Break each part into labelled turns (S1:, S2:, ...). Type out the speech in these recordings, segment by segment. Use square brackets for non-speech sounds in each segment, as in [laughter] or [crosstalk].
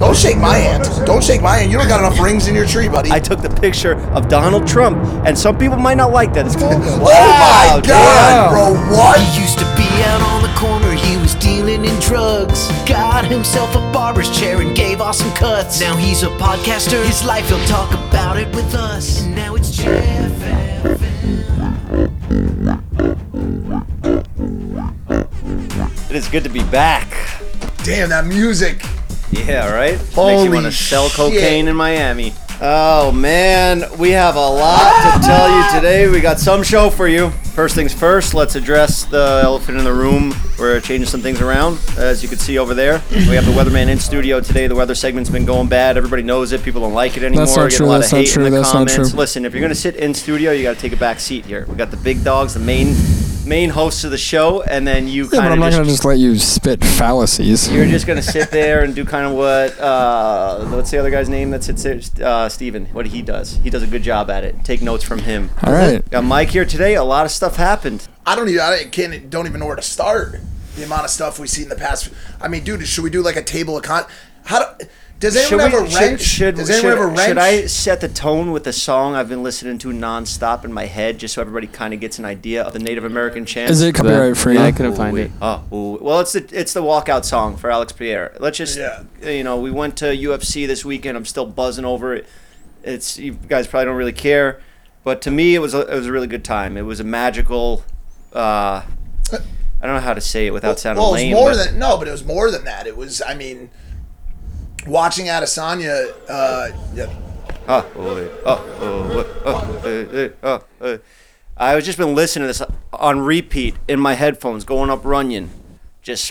S1: Don't shake my hand. Don't shake my hand. You don't got enough rings in your tree, buddy.
S2: I took the picture of Donald Trump, and some people might not like that. It's [laughs] cool.
S1: oh my God, bro! What?
S3: He used to be out on the corner, he was dealing in drugs. Got himself a barber's chair and gave awesome cuts. Now he's a podcaster, his life, he'll talk about it with us. And now it's Jeff.
S1: [laughs]
S3: [laughs]
S2: It is good to be back.
S1: Damn that music!
S2: Yeah, right? Makes
S1: Holy
S2: you want to sell
S1: shit.
S2: cocaine in Miami. Oh man, we have a lot to tell you today. We got some show for you. First things first, let's address the elephant in the room. We're changing some things around, as you can see over there. We have the weatherman in studio today. The weather segment's been going bad. Everybody knows it. People don't like it anymore.
S4: not
S2: We get
S4: true.
S2: A lot
S4: That's
S2: of
S4: not
S2: hate
S4: true.
S2: In the
S4: That's not
S2: comments.
S4: true.
S2: Listen, if you're gonna sit in studio, you got to take a back seat here. We got the big dogs, the main main hosts of the show, and then you
S4: Yeah,
S2: kind
S4: but I'm
S2: of
S4: not gonna just let you spit fallacies.
S2: you're just gonna sit there and do kind of what? Uh, what's the other guy's name that sits there? Uh, Steven. What he does. He does a good job at it. Take notes from him.
S4: All right.
S2: Got Mike here today. A lot of stuff happened.
S1: I don't even. I can't. Don't even know where to start. The amount of stuff we've seen in the past. I mean, dude, should we do like a table of con? How do? Does anyone
S2: we-
S1: ever wrench?
S2: Should,
S1: does
S2: should,
S1: anyone ever
S2: should,
S1: wrench?
S2: should I set the tone with a song I've been listening to nonstop in my head, just so everybody kind of gets an idea of the Native American chant?
S4: Is it copyright free?
S5: Yeah, I couldn't find
S2: Ooh-wee.
S5: it.
S2: Oh, ooh-wee. well, it's the it's the walkout song for Alex Pierre. Let's just
S1: Yeah.
S2: you know, we went to UFC this weekend. I'm still buzzing over it. It's you guys probably don't really care, but to me, it was a, it was a really good time. It was a magical. Uh, I don't know how to say it without sounding
S1: well,
S2: lame.
S1: it was more
S2: but-
S1: than no, but it was more than that. It was. I mean, watching Adesanya. Uh, yeah,
S2: Oh, oh, oh, oh, oh, oh, oh, oh, oh. I was just been listening to this on repeat in my headphones, going up Runyon, just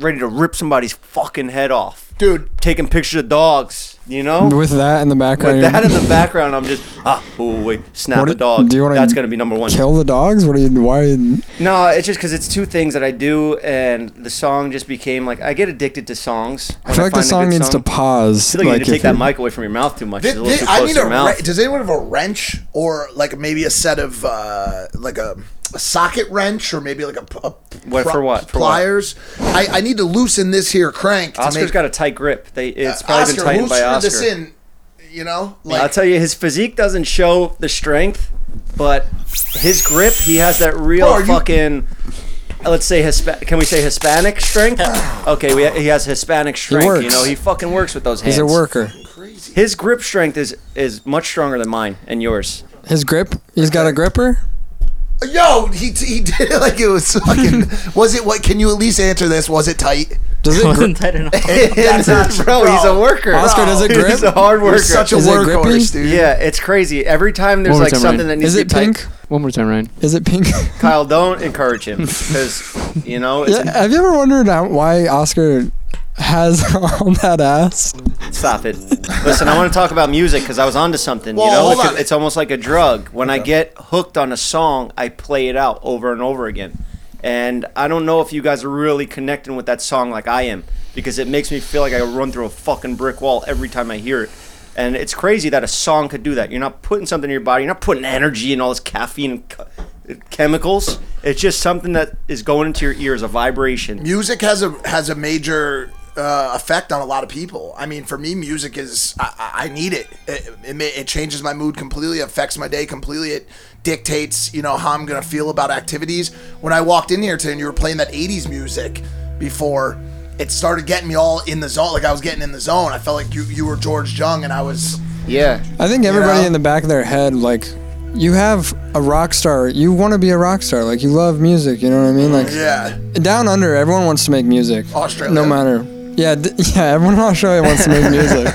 S2: ready to rip somebody's fucking head off.
S1: dude,
S2: Taking pictures of dogs, you know?
S4: With that in the background,
S2: Oh. With
S4: you're-
S2: that in the background, I'm just ah, ooh, wait, snap
S4: What
S2: a
S4: do-
S2: dog.
S4: do you wanna
S2: That's gonna be number one.
S4: kill the dogs. What are you? Why? Are you,
S2: No, it's just because it's two things that I do, and the song just became like I get addicted to songs.
S4: I feel like the song needs to pause.
S2: I feel like, you need to
S4: if
S2: take that
S4: you're-
S2: mic away from your mouth too much.
S1: Thi-
S2: It's a little
S1: thi-
S2: too
S1: I
S2: close
S1: need
S2: to
S1: a.
S2: your mouth.
S1: Re- does anyone have a wrench or like maybe a set of uh, like a, a socket wrench or maybe like a, p- a
S2: What- for what? For what?
S1: pliers? I, I need to loosen this here crank.
S2: Oscar's
S1: to make,
S2: got a tight grip. They it's
S1: uh,
S2: probably
S1: Oscar,
S2: been tightened by
S1: loosen
S2: Oscar.
S1: This in, you know, like
S2: I'll tell you, his physique doesn't show the strength, but his grip, he has that real
S1: Bro, are you-
S2: fucking. Let's say Hispanic. Can we say
S1: [coughs]
S2: Hispanic strength? Okay, we, he has Hispanic strength. You
S4: works.
S2: know, he fucking works with those hands.
S4: He's a worker.
S2: His grip strength is is much stronger than mine and yours.
S4: His grip. He's got a gripper.
S1: yo, he he [laughs] did it like it was
S4: [laughs]
S1: fucking. was it what? Can you at least answer this? Was it tight?
S4: Does [laughs] it? Gri-
S5: wasn't that enough?
S4: [laughs]
S1: That's [laughs]
S2: bro, he's a worker.
S4: Oscar,
S1: Bro,
S4: does it grip?
S2: [laughs] He's a hard worker.
S1: You're such a
S4: Is it
S1: workhorse,
S4: grippy?
S1: dude.
S2: yeah, it's crazy. Every time there's
S5: One more
S2: like
S5: time,
S2: something
S5: Ryan.
S2: that needs
S4: Is
S2: to
S4: it
S2: be tight-
S4: pink?
S5: One more time, Ryan.
S4: Is it pink?
S2: Kyle, don't encourage him because you know Oh, it's,
S4: [laughs] yeah. Have you ever wondered out why Oscar has [laughs] on that ass?
S2: Stop it. Listen, I want to talk about music because I was onto something.
S1: Well,
S2: you know,
S1: hold
S2: It's-
S1: on.
S2: it's almost like a drug. When I get hooked on a song, I play it out over and over again. And I don't know if you guys are really connecting with that song like I am because it makes me feel like I run through a fucking brick wall every time I hear it. And it's crazy that a song could do that. You're not putting something in your body, you're not putting energy and all this caffeine and c- chemicals. It's just something that is going into your ears, a vibration.
S1: music has a has a major uh, effect on a lot of people. I mean, for me, music is I, I I need it. It, it. ma- it changes my mood completely, affects my day completely. It dictates you know how I'm gonna feel about activities. When I walked in here today, and you were playing that '80s music before. It started getting me all in the zone. Like I was getting in the zone. I felt like you, you were George Jung, and I was
S2: Yeah.
S4: I think everybody
S1: know?
S4: in the back of their head, like, you have a rock star. You want to be a rock star. Like, you love music. You know what I mean? Like,
S1: yeah.
S4: down under, everyone wants to make music.
S1: Australia.
S4: No matter. Yeah, d- [laughs] yeah. Everyone in Australia wants to
S2: [laughs]
S4: make music.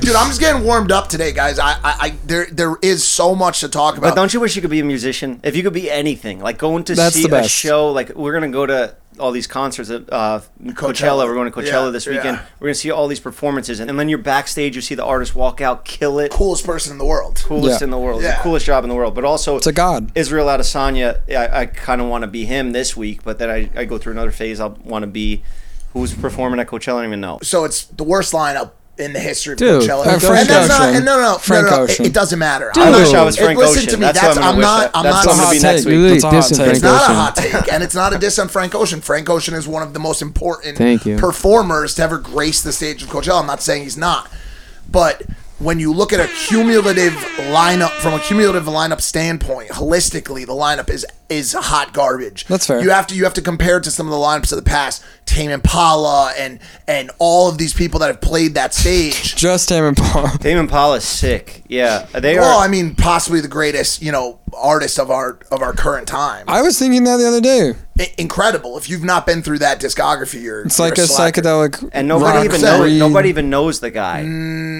S1: Dude, I'm just getting warmed up today, guys. I, I, I there there is so much to talk about.
S2: But don't you wish you could be a musician? If you could be anything, like going to
S4: That's
S2: see
S4: the
S2: a
S4: best.
S2: show, like we're gonna go to all these concerts at uh, Coachella.
S1: Coachella.
S2: We're going to Coachella
S1: Yeah,
S2: this
S1: yeah.
S2: weekend. We're gonna see all these performances, and then you're backstage. You see the artist walk out, kill it,
S1: coolest person in the world.
S2: coolest
S4: Yeah.
S2: in the world,
S1: Yeah.
S2: the coolest job in the world. But also,
S4: It's a god.
S2: Israel Adesanya. I, I kind of want to be him this week, but then I, I go through another phase. I want to be who's performing at Coachella. I don't even know.
S1: so it's the worst lineup in the history of
S5: Dude,
S1: Coachella.
S5: uh,
S1: and
S5: Frank
S1: that's not.
S4: Ocean.
S1: And no, no, no,
S4: Frank
S1: no, no, It,
S4: Ocean.
S1: it doesn't matter.
S5: Dude. I wish
S2: I was
S1: it-
S2: Frank
S1: listen to
S2: Ocean.
S1: me.
S2: That's
S1: That's,
S2: what I'm gonna
S1: I'm
S2: wish
S1: not.
S2: that-
S1: I'm
S2: that's
S1: not.
S2: what I'm gonna be
S1: saying-
S2: next week.
S5: You really
S4: It's a hot
S5: dissing
S4: take.
S5: Frank
S1: It's not a
S5: Ocean.
S1: hot take, and it's not a diss on Frank Ocean. Frank Ocean is one of the most important
S5: Thank you.
S1: performers to ever grace the stage of Coachella. I'm not saying he's not, but when you look at a cumulative lineup from a cumulative lineup standpoint, holistically, the lineup is is hot garbage.
S4: That's fair.
S1: You have to you have to compare it to some of the lineups of the past, Tame Impala, and and all of these people that have played that stage.
S4: [laughs] Just Tame Impala.
S2: Tame Impala is sick. Yeah, they
S1: Well,
S2: are.
S1: I mean, possibly the greatest, you know, artist of our of our current time.
S4: I was thinking that the other day.
S1: I- incredible. If you've not been through that discography, you're
S4: It's like
S1: you're
S4: a
S1: slacker.
S4: psychedelic.
S2: and nobody
S4: rock
S2: even
S1: Roxanne.
S2: knows.
S4: read.
S2: Nobody even knows the guy.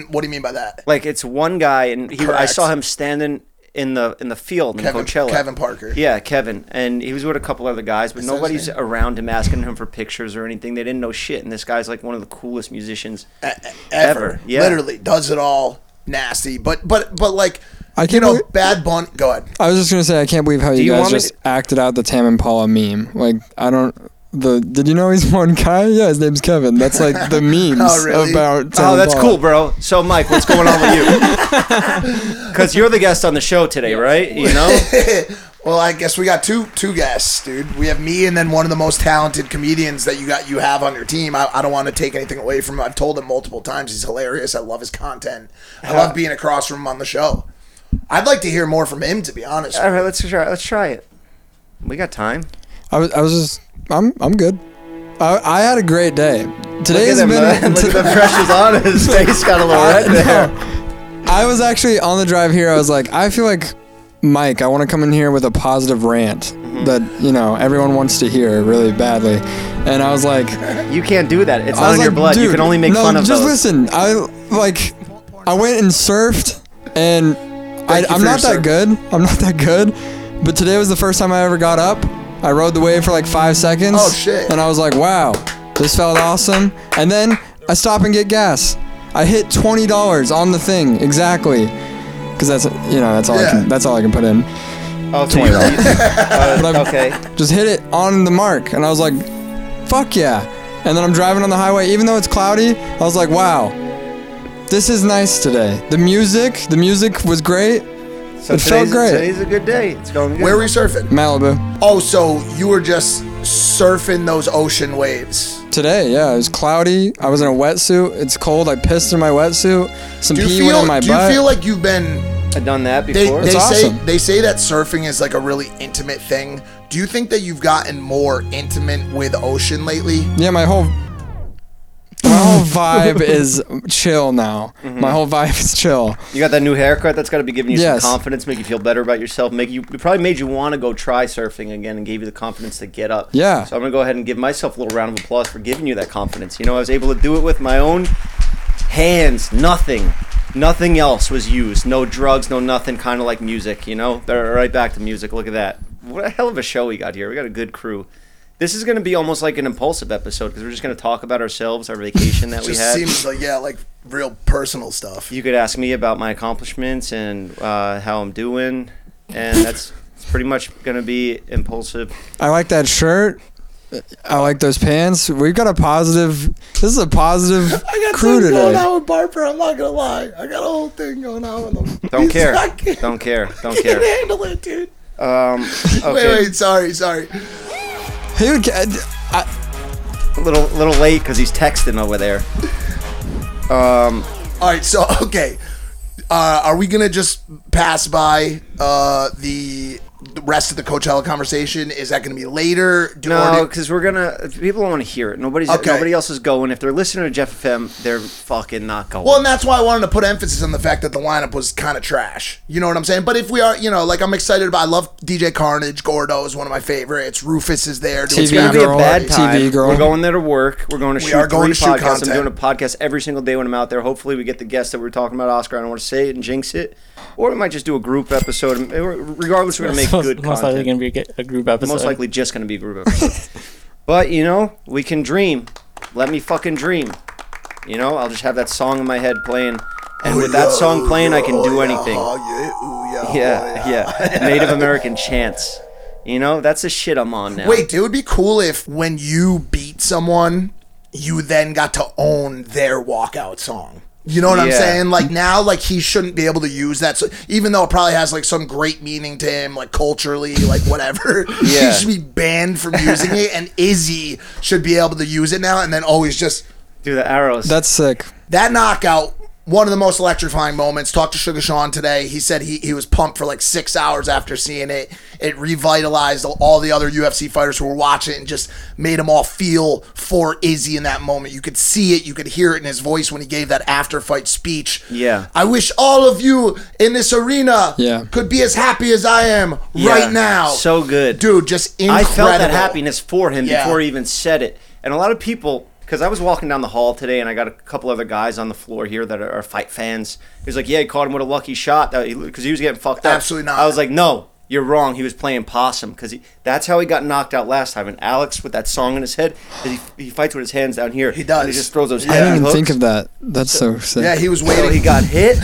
S1: What do you mean by that?
S2: Like it's one guy, and he, I
S1: Correct.
S2: saw him standing in the in the field in
S1: Kevin,
S2: Coachella.
S1: Kevin Parker.
S2: Yeah, Kevin, and he was with a couple other guys, but
S1: that his
S2: nobody's
S1: name?
S2: around him asking him for pictures or anything. They didn't know shit, and this guy's like one of the coolest musicians
S1: E, ever.
S2: Yeah.
S1: Literally does it all nasty. But but but like
S4: I
S1: you
S4: can't
S1: know,
S4: believe-
S1: Bad Bunny. Go ahead.
S4: I was just gonna say I can't believe how you,
S2: you
S4: guys
S2: want me
S4: just
S2: to-
S4: acted out the Tam Impala meme. Like I don't. The did you know he's [laughs] one guy? Yeah, his name's Kevin. That's
S2: [laughs]
S4: like the memes
S1: Oh, really?
S4: about. Tame
S2: Oh, that's
S4: Impala.
S2: cool, bro. So, Mike, what's going on with you?
S4: [laughs]
S2: Because you're the guest on the show today, right? You know,
S1: [laughs] Well, I guess we got two two guests, dude. We have me and then one of the most talented comedians that you got you have on your team. I, I don't want to take anything away from him. I've told him multiple times he's hilarious. I love his content. I
S2: Uh-huh.
S1: love being across from him on the show. I'd like to hear more from him, to be honest.
S2: all right. Let's try. Let's try it. We got time.
S4: I was. I was just. I'm. I'm good. I, I had a great day. Today has
S2: Look at
S4: been.
S2: him, [laughs] look at
S4: [laughs]
S2: the pressure's on his face. Got a little
S4: I-
S2: red there.
S4: no. I was actually on the drive here. I was like, I feel like Mike. I want to come in here with a positive rant
S2: Mm-hmm.
S4: that you know everyone wants to hear really badly, and I was like,
S2: You can't do that. It's
S4: I
S2: not
S4: was
S2: in your
S4: like,
S2: blood. you
S4: "Dude,
S2: can only make
S4: no,
S2: fun of
S4: just
S2: those.
S4: listen. I like, I went and surfed, and I,
S1: you
S4: I'm
S1: for
S4: not
S1: your
S4: that good. I'm not that good. But today was the first time I ever got up. I rode the wave for like five seconds.
S1: Oh, shit.
S4: And I was like, wow, this felt awesome. And then I stop and get gas. I hit twenty dollars on the thing exactly, because that's you know that's all I
S1: Yeah.
S4: can that's all I can put in.
S2: Oh, so you-
S4: [laughs] [laughs] But I'm-
S2: okay.
S4: just hit it on the mark. And I was like, fuck yeah. And then I'm driving on the highway, even though it's cloudy, I was like, wow, this is nice today. The music, the music was great.
S2: So
S4: It felt
S2: today's,
S4: great.
S2: Today's a good day. It's going good.
S1: Where were you surfing?
S4: Malibu.
S1: Oh, so you were just surfing those ocean waves.
S4: Today, yeah, it was cloudy. I was in a wetsuit. It's cold. I pissed in my wetsuit. Some
S1: Do
S4: pee
S1: you
S4: went
S1: feel?
S4: on my
S1: do
S4: butt.
S1: you feel like you've been?
S2: I've done that
S1: They,
S2: before.
S1: they say
S4: It's awesome.
S1: they say that surfing is like a really intimate thing. Do you think that you've gotten more intimate with ocean lately?
S4: yeah, my whole my
S1: [laughs]
S4: whole vibe is chill now.
S1: Mm-hmm.
S4: My whole vibe is chill.
S2: you got that new haircut. That's got to be giving you
S4: Yes.
S2: some confidence, make you feel better about yourself. Make you it probably made you want to go try surfing again, and gave you the confidence to get up.
S4: Yeah.
S2: So I'm gonna go ahead and give myself a little round of applause for giving you that confidence. You know, I was able to do it with my own hands. Nothing, nothing else was used. No drugs, no nothing. Kind of like music. You know, they're right back to music. Look at that. What a hell of a show we got here. We got a good crew. This is going to be almost like an impulsive episode because we're just going to talk about ourselves, our
S1: [laughs]
S2: vacation that we
S1: Just
S2: had.
S1: seems like yeah, like real personal stuff.
S2: you could ask me about my accomplishments and uh, how I'm doing, and that's it's pretty much going to be impulsive.
S4: I like that shirt. I like those pants. We've got a positive. This is a positive crew today.
S1: with Barbara. I'm not gonna lie. I got a whole thing going on with
S2: [laughs]
S1: him.
S2: Don't care. Don't care. Don't
S1: [laughs]
S2: care.
S1: handle it, dude.
S2: Um, okay.
S1: Wait, wait. Sorry, sorry.
S4: He would. ca- I,
S2: Little little late because he's texting over there. Um,
S1: All right, so [laughs] okay, uh, are we gonna just pass by uh, the the rest of the Coachella conversation? Is that gonna be later? Do, or
S2: No,
S1: do-
S2: because we're gonna. People don't want to hear it. Nobody's.
S1: Okay.
S2: Nobody else is going. If they're listening to Jeff FM, they're fucking not going.
S1: well, and that's why I wanted to put emphasis on the fact that the lineup was kind of trash. You know what I'm saying? But if we are, you know, like I'm excited about. I love DJ Carnage. Gordo is one of my favorites. Rufus is there. doing
S4: TV
S2: it's gonna be
S4: girl,
S2: a bad
S4: TV
S2: time.
S4: girl.
S2: We're going there to work. We're going to
S1: We
S2: shoot
S1: are going
S2: three
S1: to shoot
S2: podcasts.
S1: content.
S2: I'm doing a podcast every single day when I'm out there. Hopefully, we get the guests that we are talking about, Oscar. I don't want to say it and jinx it, or we might just do a group episode. And- Regardless, we're gonna make
S5: most,
S2: good
S5: most likely
S2: content.
S5: going to be a g- a group episode.
S2: most likely, just gonna be a group episode. but you know, we can dream. Let me fucking dream. You know, I'll just have that song in my head playing, and with that song playing, I can do anything.
S1: Oh, yeah, ooh, yeah, oh,
S2: Yeah, yeah. Native American chants. You know, that's the shit I'm on now.
S1: Wait, it would be cool if when you beat someone, you then got to own their walkout song. You know what I'm
S2: Yeah.
S1: saying? Like now, like he shouldn't be able to use that. So even though it probably has like some great meaning to him, like culturally, like whatever, [laughs]
S2: Yeah.
S1: he should be banned from using it. And Izzy should be able to use it now. And then always just
S2: Do the arrows.
S4: That's sick.
S1: that knockout. One of the most electrifying moments. Talked to Sugar Sean today. He said he, he was pumped for like six hours after seeing it. It revitalized all the other UFC fighters who were watching it and just made them all feel for Izzy in that moment. You could see it, you could hear it in his voice when he gave that after fight speech.
S2: Yeah.
S1: I wish all of you in this arena
S4: Yeah.
S1: could be as happy as I am
S2: Yeah.
S1: right now.
S2: So good.
S1: Dude, just incredible.
S2: I felt
S1: [laughs]
S2: that happiness for him
S1: Yeah.
S2: before he even said it. And a lot of people, because I was walking down the hall today and I got a couple other guys on the floor here that are, are fight fans. He was like, Yeah, he caught him with a lucky shot because he was getting fucked up.
S1: Absolutely not.
S2: I was like, No, you're wrong. He was playing possum because that's how he got knocked out last time. And Alex, with that song in his head, 'cause he, he fights with his hands down here. He
S1: does.
S2: he just throws those
S1: I
S4: I
S2: heavy
S4: didn't even
S2: hooks.
S4: think of that. That's so sick.
S1: Yeah, he
S2: [laughs]
S1: was
S2: So
S1: waiting.
S2: he got hit,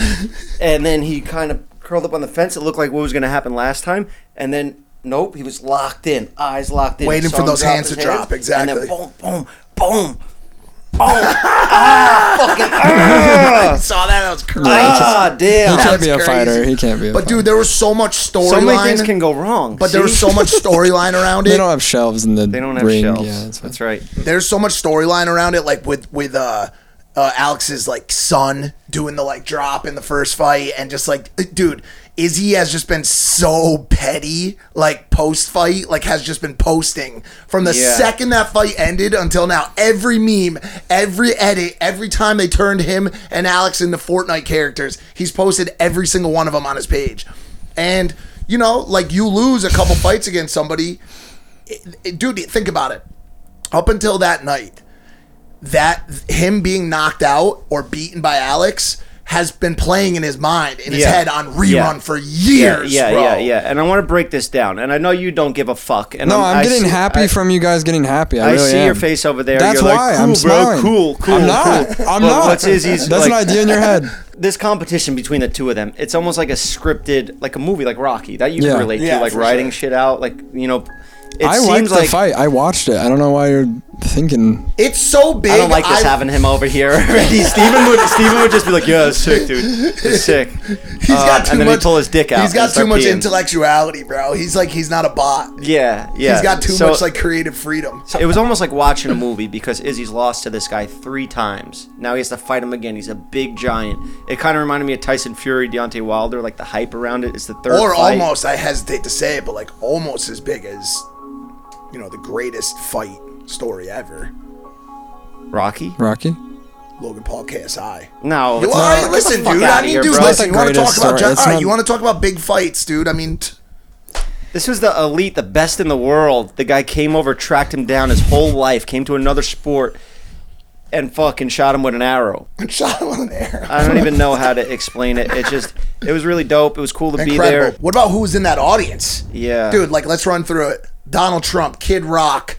S2: and then he kind of curled up on the fence. It looked like what was going to happen last time, and then nope, he was locked in, eyes locked in,
S1: Waiting for
S2: saw him
S1: those
S2: drop
S1: hands
S2: his
S1: to drop,
S2: And
S1: exactly.
S2: then boom, boom, boom, boom. ah, fucking ah,
S1: I saw that. That was crazy.
S2: ah,
S4: He
S2: damn.
S4: can't be a
S1: crazy.
S4: fighter. He can't be a
S1: But
S4: fighter.
S1: dude, there was so much storyline.
S2: So many things can go wrong.
S1: But there was so
S2: [laughs]
S4: [laughs]
S1: much storyline around
S4: Oh, they
S1: it.
S4: don't have shelves in the
S2: they don't have
S4: ring.
S2: shells.
S4: Yeah, that's,
S2: that's,
S4: fine.
S2: right.
S1: There's so much storyline around it, like with with uh, uh, Alex's like son doing the like drop in the first fight, and just like, uh, dude, Izzy has just been so petty, like post fight, like has just been posting from the
S2: Yeah.
S1: second that fight ended until now. Every meme, every edit, every time they turned him and Alex into Fortnite characters, he's posted every single one of them on his page, and. You know, like you lose a couple fights against somebody, dude, think about it. Up until that night, that him being knocked out or beaten by Alex has been playing in his mind, in his
S2: Yeah.
S1: head on rerun
S2: Yeah.
S1: for years.
S2: yeah,
S1: bro.
S2: yeah, yeah. And I want to break this down. And I know you don't give a fuck. And
S4: No, I'm
S2: I
S4: getting
S2: see-
S4: happy
S2: I-
S4: from you guys getting happy. I,
S2: I
S4: really
S2: see
S4: am.
S2: your face over there.
S4: That's
S2: You're
S4: why
S2: like, cool,
S4: I'm
S2: bro,
S4: smiling.
S2: Cool, cool,
S4: I'm not.
S2: cool.
S4: I'm
S2: Look,
S4: not.
S2: What's Izzy's?
S4: That's
S2: like,
S4: an idea
S2: [laughs]
S4: in your head.
S2: this competition between the two of them it's almost like a scripted like a movie like rocky that you
S4: Yeah.
S2: can relate
S1: Yeah,
S2: to like
S1: for
S2: writing
S1: sure.
S2: shit out like you know it
S4: I liked
S2: seems
S4: the
S2: like
S4: fight. I watched it. I don't know why you're thinking.
S1: It's so big.
S2: i don't like this having him over here [laughs] already steven would steven would just be like yeah that's sick dude it's sick
S1: He's got
S2: Uh,
S1: too
S2: and then
S1: much.
S2: he'd pull his dick out
S1: He's
S2: and
S1: got too
S2: start
S1: much
S2: peeing.
S1: intellectuality, bro. He's like he's not a bot.
S2: yeah yeah
S1: He's got too
S2: So-
S1: much like creative freedom.
S2: it was almost like watching a movie because Izzy's lost to this guy three times. Now he has to fight him again. He's a big giant. It kind of reminded me of Tyson Fury, Deontay Wilder, like the hype around it. It's the third
S1: or
S2: fight.
S1: almost, I hesitate to say it, but like almost as big as, you know, the greatest fight story ever.
S2: Rocky.
S4: Rocky?
S1: Logan Paul KSI.
S2: No,
S1: Yo,
S2: it's
S1: all
S2: not-
S1: right,
S2: get the
S1: listen,
S2: fuck
S1: dude.
S2: outta
S1: I mean,
S2: here,
S1: dude,
S2: bro.
S1: listen. You
S4: It's
S1: want
S4: the
S1: to talk
S4: greatest
S1: about?
S4: story.
S1: All
S4: It's
S1: right,
S4: not-
S1: you want to talk about big fights, dude? I mean, t-
S2: This was the elite, the best in the world. The guy came over, tracked him down his whole life, came to another sport, and fucking shot him with an arrow.
S1: [laughs] shot him on an air.
S2: I don't even know how to explain it. It just, it was really dope. It was cool to
S1: Incredible.
S2: be there.
S1: What about who was in that audience?
S2: Yeah.
S1: dude. Like, let's run through it. Donald Trump, Kid Rock,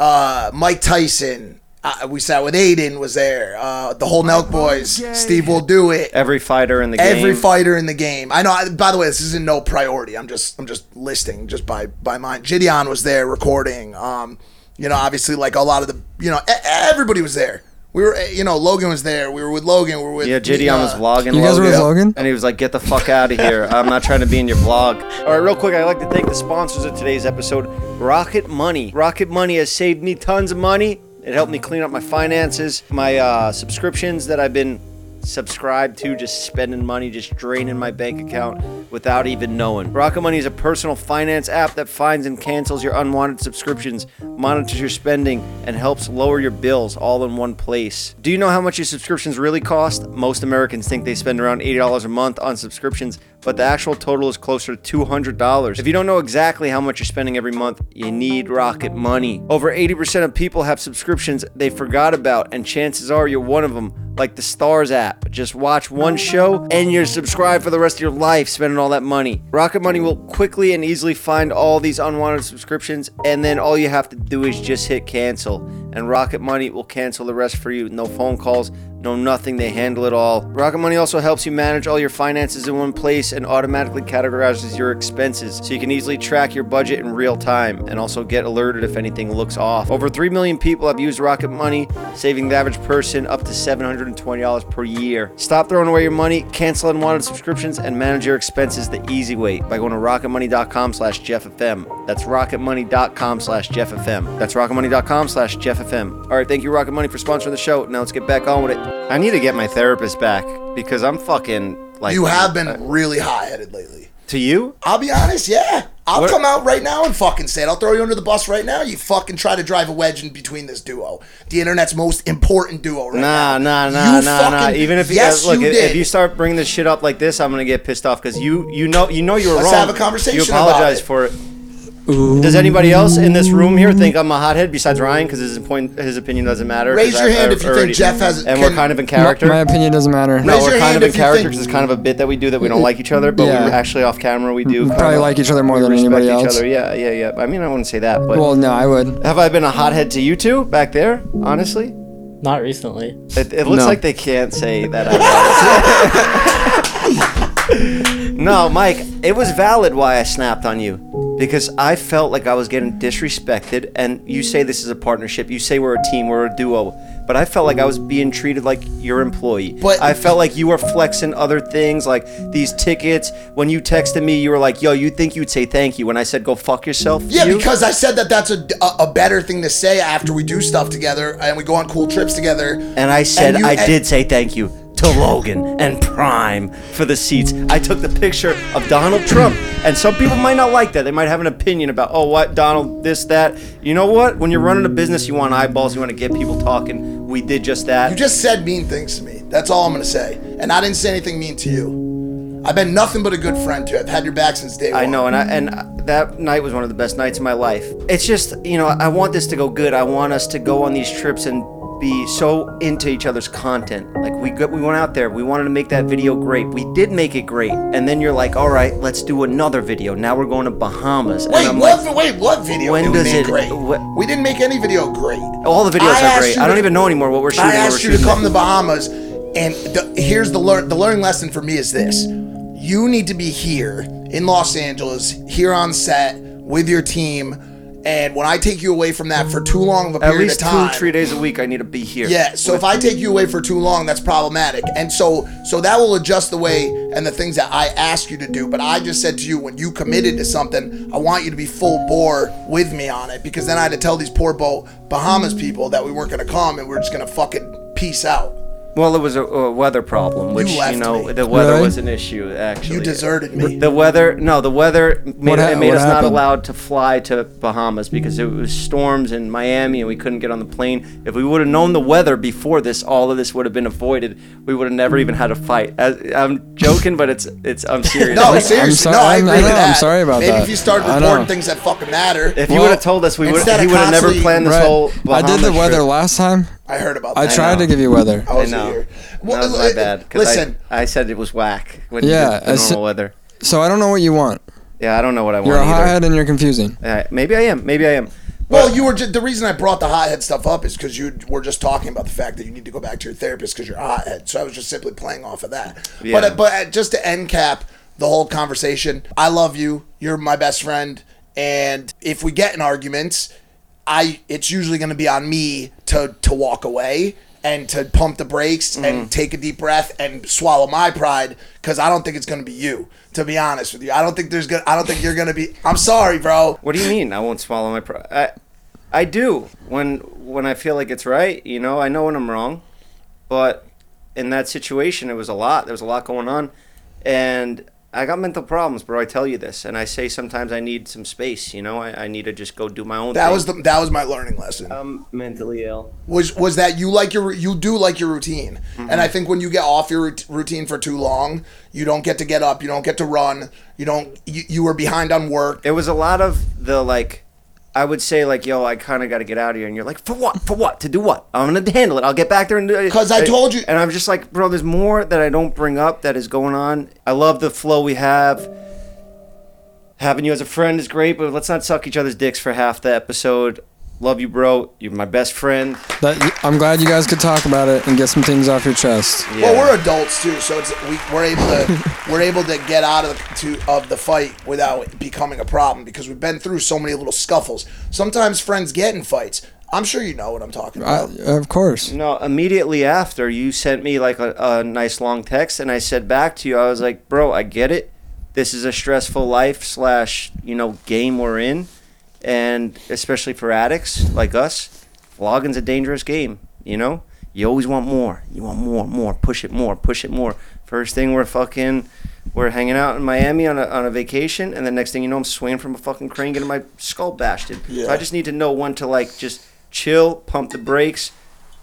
S1: uh, Mike Tyson. Uh, we sat with Aiden. Was there uh, the whole Nelk Boys? Steve will do it.
S2: Every fighter in the game.
S1: Every fighter in the game. I know. I, by the way, this isn't no priority. I'm just I'm just listing just by by mine. Gideon was there recording. Um, you know, obviously like a lot of the you know e- everybody was there. We were eh, you know Logan was there. We were with Logan. We were with
S2: Yeah, Gideon
S1: uh,
S2: was vlogging.
S4: You guys were with Logan?
S2: And he was like, get the fuck out of here. I'm not trying to be in your vlog. All right, real quick, I'd like to thank the sponsors of today's episode Rocket Money. Rocket Money has saved me tons of money. It helped me clean up my finances, my uh, subscriptions that I've been subscribed to, just spending money, just draining my bank account without even knowing. Rocket Money is a personal finance app that finds and cancels your unwanted subscriptions, monitors your spending, and helps lower your bills all in one place. Do you know how much your subscriptions really cost? Most Americans think they spend around $80 a month on subscriptions, but the actual total is closer to $200. If you don't know exactly how much you're spending every month, you need Rocket Money. Over 80% of people have subscriptions they forgot about, and chances are you're one of them like the Stars app. Just watch one show and you're subscribed for the rest of your life spending all that money. Rocket Money will quickly and easily find all these unwanted subscriptions, and then all you have to do is just hit cancel. And and Rocket Money will cancel the rest for you. No phone calls, no nothing. They handle it all. Rocket Money also helps you manage all your finances in one place and automatically categorizes your expenses so you can easily track your budget in real time and also get alerted if anything looks off. Over 3 million people have used Rocket Money, saving the average person up to $720 per year. Stop throwing away your money, cancel unwanted subscriptions, and manage your expenses the easy way by going to rocketmoney.com slash jefffm. That's rocketmoney.com slash jefffm. That's rocketmoney.com slash jefffm. All right, thank you, Rocket Money, for sponsoring the show. Now let's get back on with it. I need to get my therapist back because I'm fucking like... uh,
S1: You have been really hot headed lately.
S2: To you?
S1: I'll be honest, yeah. I'll
S2: What-
S1: come out right now and fucking say it. I'll throw you under the bus right now. You fucking try to drive a wedge in between this duo, the internet's most important duo right
S2: Nah,
S1: now.
S2: nah, nah,
S1: You
S2: nah, nah.
S1: fucking-
S2: Even if you
S1: yes,
S2: guys look,
S1: you
S2: if-
S1: did.
S2: if you start bringing this shit up like this, I'm gonna get pissed off because you, you know, you know, you were
S1: Let's
S2: wrong.
S1: have a conversation
S2: You
S1: about
S2: apologize
S1: it.
S2: for it. Does anybody else in this room here think I'm a hothead besides Ryan? Because his point, his opinion doesn't matter.
S1: Raise
S2: 'cause
S1: your
S2: I-
S1: hand
S2: I
S1: if you think
S2: already-
S1: Jeff has-
S2: And we're
S1: can-
S2: kind of in
S4: My-
S2: character.
S4: My opinion doesn't matter.
S2: no,
S1: Raise
S2: we're
S1: your
S2: kind
S1: hand
S2: of in
S1: if you
S2: character
S1: think-
S2: because it's kind of a bit that we do that we don't like each other, but
S4: Yeah.
S2: we're actually off camera. We do kind
S4: probably
S2: of
S4: like each other more than
S2: respect
S4: anybody
S2: each
S4: else.
S2: Other. Yeah, yeah, yeah. I mean, I wouldn't say that, but
S4: Well, no, I would.
S2: have I been a hothead to you two back there? Honestly,
S5: Not recently.
S2: it, it looks
S4: No.
S2: like they can't say that. I was. [laughs] no, Mike, it was valid why I snapped on you because I felt like I was getting disrespected. And you say this is a partnership. You say we're a team, we're a duo. But I felt like I was being treated like your employee.
S1: But-
S2: I felt like you were flexing other things, like these tickets. When you texted me, you were like, "Yo, you think you'd say thank you?" When I said, "Go fuck yourself." to
S1: Yeah,
S2: you?
S1: because I said that that's a, a, a better thing to say after we do stuff together and we go on cool trips together.
S2: And I said
S1: you-
S2: I
S1: and-
S2: did say thank you to Logan and Prime for the seats. I took the picture of Donald Trump, and some people might not like that. They might have an opinion about, oh, what Donald, this, that. You know what? When you're running a business, you want eyeballs. You want to get people talking. We did just that.
S1: You just said mean things to me. That's all I'm going to say. And I didn't say anything mean to you. I've been nothing but a good friend to you. I've had your back since day one.
S2: I know, and I, and that night was one of the best nights of my life. It's just, you know, I want this to go good. I want us to go on these trips and be so into each other's content. Like we got, we went out there, we wanted to make that video great. We did make it great, and then you're like, all right, let's do another video. Now we're going to Bahamas,
S1: Wait,
S2: and I'm
S1: what?
S2: like,
S1: wait, what video?
S2: when
S1: did we
S2: does
S1: make
S2: it-
S1: Great?
S2: what-
S1: we didn't make any video great.
S2: all the videos
S1: I
S2: are
S1: asked
S2: great.
S1: you
S2: I don't
S1: to-
S2: even know anymore what we're shooting.
S1: I
S2: when we're
S1: asked you to
S2: shooting
S1: come to
S2: this.
S1: the Bahamas, and the, here's the learn. The learning lesson for me is this: you need to be here in Los Angeles, here on set with your team. And when I take you away from that for too long of a
S2: At
S1: period
S2: least
S1: of time,
S2: two, three days a week, I need to be here.
S1: yeah. So if I take you away for too long, that's problematic. And so so that will adjust the way and the things that I ask you to do. But I just said to you when you committed to something, I want you to be full bore with me on it because then I had to tell these poor Bo- Bahamas people that we weren't going to come and we're just going to fucking peace out.
S2: Well, it was a, a weather problem, which you,
S1: left
S2: know
S1: me.
S2: the weather
S4: Really?
S2: was an issue. Actually,
S1: You deserted me.
S2: The weather, no, the weather made,
S4: What ha-
S2: it made
S4: what
S2: us not
S4: happened?
S2: allowed to fly to Bahamas because it was storms in Miami and we couldn't get on the plane. If we would have known the weather before this, all of this would have been avoided. We would have never even had a fight. As, I'm joking, but it's it's I'm serious.
S1: No,
S2: Like,
S1: seriously,
S4: sorry-
S1: no, I
S4: I'm-
S1: agree
S4: I
S1: with
S4: know, I'm
S1: that.
S4: sorry about
S1: Maybe
S4: that.
S1: if you start
S4: I know.
S1: reporting things that fucking matter.
S2: If you
S4: Well,
S2: would have told us, we would
S1: instead
S2: he
S1: of
S2: would have never
S1: constantly-
S2: planned this
S4: Right.
S2: whole.
S4: I did
S2: Bahamas
S4: the weather
S2: trip.
S4: last time.
S1: I heard about
S4: I
S1: that.
S4: tried to give you weather.
S1: I was
S2: know.
S1: here.
S2: That was my bad. 'cause I-
S1: listen,
S2: I, said it was whack. When
S4: Yeah,
S2: yeah, the
S4: as-
S2: normal weather.
S4: So I don't know what you want.
S2: Yeah, I don't know what I want
S4: You're a
S2: either.
S4: hothead and you're confusing.
S2: Uh, maybe I am. Maybe I am.
S1: Well, you were just, the reason I brought the hothead stuff up is because you were just talking about the fact that you need to go back to your therapist because you're a hothead. So I was just simply playing off of that.
S2: Yeah.
S1: But but uh, just to end cap the whole conversation, I love you. You're my best friend, and if we get in arguments, I it's usually going to be on me to to walk away and to pump the brakes and take a deep breath and swallow my pride because I don't think it's going to be you. To be honest with you, I don't think there's gonna. I don't think you're gonna be. I'm sorry, bro.
S2: What do you mean? I won't swallow my pride. I, I do when when I feel like it's right. You know, I know when I'm wrong, but in that situation, it was a lot. There was a lot going on, and I got mental problems, bro. I tell you this, and I say sometimes I need some space. You know, I, I need to just go do my own.
S1: That
S2: thing.
S1: was the that was my learning lesson.
S6: I'm mentally ill.
S1: was was that you like your you do like your routine
S2: Mm-hmm.
S1: and i think when you get off your rout- routine for too long you don't get to get up you don't get to run you don't you, you were behind on work
S2: it was a lot of the like I would say like yo I kind of got to get out of here and you're like for what for what to do what I'm gonna handle it I'll get back there and do it
S1: 'Cause I told you-
S2: and I'm just like bro there's more that I don't bring up that is going on I love the flow we have having you as a friend is great but let's not suck each other's dicks for half the episode Love you, bro. You're my best friend.
S4: That I'm glad you guys could talk about it and get some things off your chest.
S2: Yeah.
S1: Well, we're adults too, so it's we, we're able
S2: [laughs]
S1: to we're able to get out of the, to, of the fight without it becoming a problem because we've been through so many little scuffles. Sometimes friends get in fights. I'm sure you know what I'm talking
S4: I,
S1: about.
S4: of course.
S2: No, immediately after you sent me like a, a nice long text, and I said back to you, I was like, "Bro, I get it. This is a stressful life slash you know game we're in, and especially for addicts like us, vlogging's a dangerous game. You know, you always want more. You want more, more. Push it more. Push it more. First thing we're fucking, we're hanging out in Miami on a on a vacation, and the next thing you know, I'm swinging from a fucking crane, getting my skull bashed in. So I just need to know when to like just chill, pump the brakes."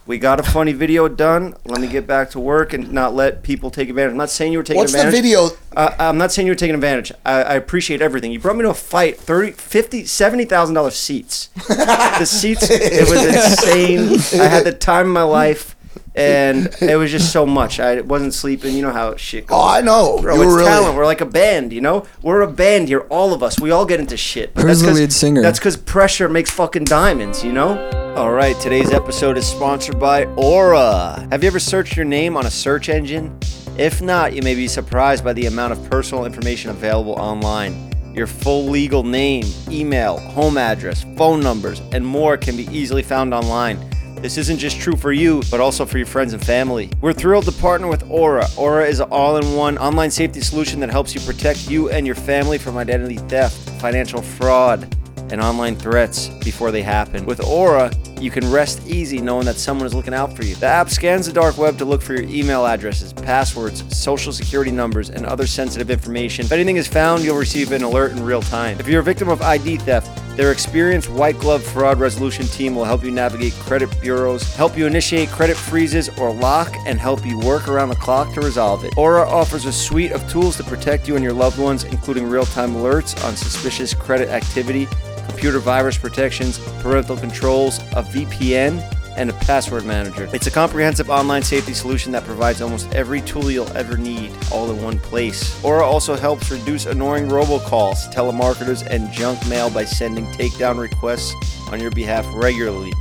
S2: We got a funny video done. Let me get back to work and not let people take advantage. I'm not saying you were taking
S1: What's the
S2: advantage.
S1: video?
S2: Uh, I'm not saying you were taking advantage. I, I appreciate everything. You brought me to a fight, 30, 50, 70,000
S1: [laughs]
S2: dollar seats. the seats, [laughs] it was insane. I had the time of my life, and it was just so much. I wasn't sleeping. You know how shit goes.
S1: Oh, I know.
S2: Bro,
S1: you
S2: it's
S1: were really
S2: talent. We're like a band, you know. We're a band here, all of us. We all get into shit. But
S4: Who's
S2: that's
S4: the
S2: 'cause-
S4: lead singer?
S2: That's because pressure makes fucking diamonds, you know. All right, today's episode is sponsored by Aura. Have you ever searched your name on a search engine? If not, you may be surprised by the amount of personal information available online. Your full legal name, email, home address, phone numbers, and more can be easily found online. This isn't just true for you, but also for your friends and family. We're thrilled to partner with Aura. Aura is an all in one online safety solution that helps you protect you and your family from identity theft, financial fraud, and online threats before they happen. With Aura, you can rest easy knowing that someone is looking out for you. The app scans the dark web to look for your email addresses, passwords, social security numbers, and other sensitive information. If anything is found, you'll receive an alert in real time. If you're a victim of ID theft, their experienced white glove fraud resolution team will help you navigate credit bureaus, help you initiate credit freezes or lock, and help you work around the clock to resolve it. Aura offers a suite of tools to protect you and your loved ones, including real time alerts on suspicious credit activity, computer virus protections, parental controls, a VPN and a password manager. It's a comprehensive online safety solution that provides almost every tool you'll ever need all in one place. Aura also helps reduce annoying robocalls, telemarketers, and junk mail by sending takedown requests on your behalf regularly.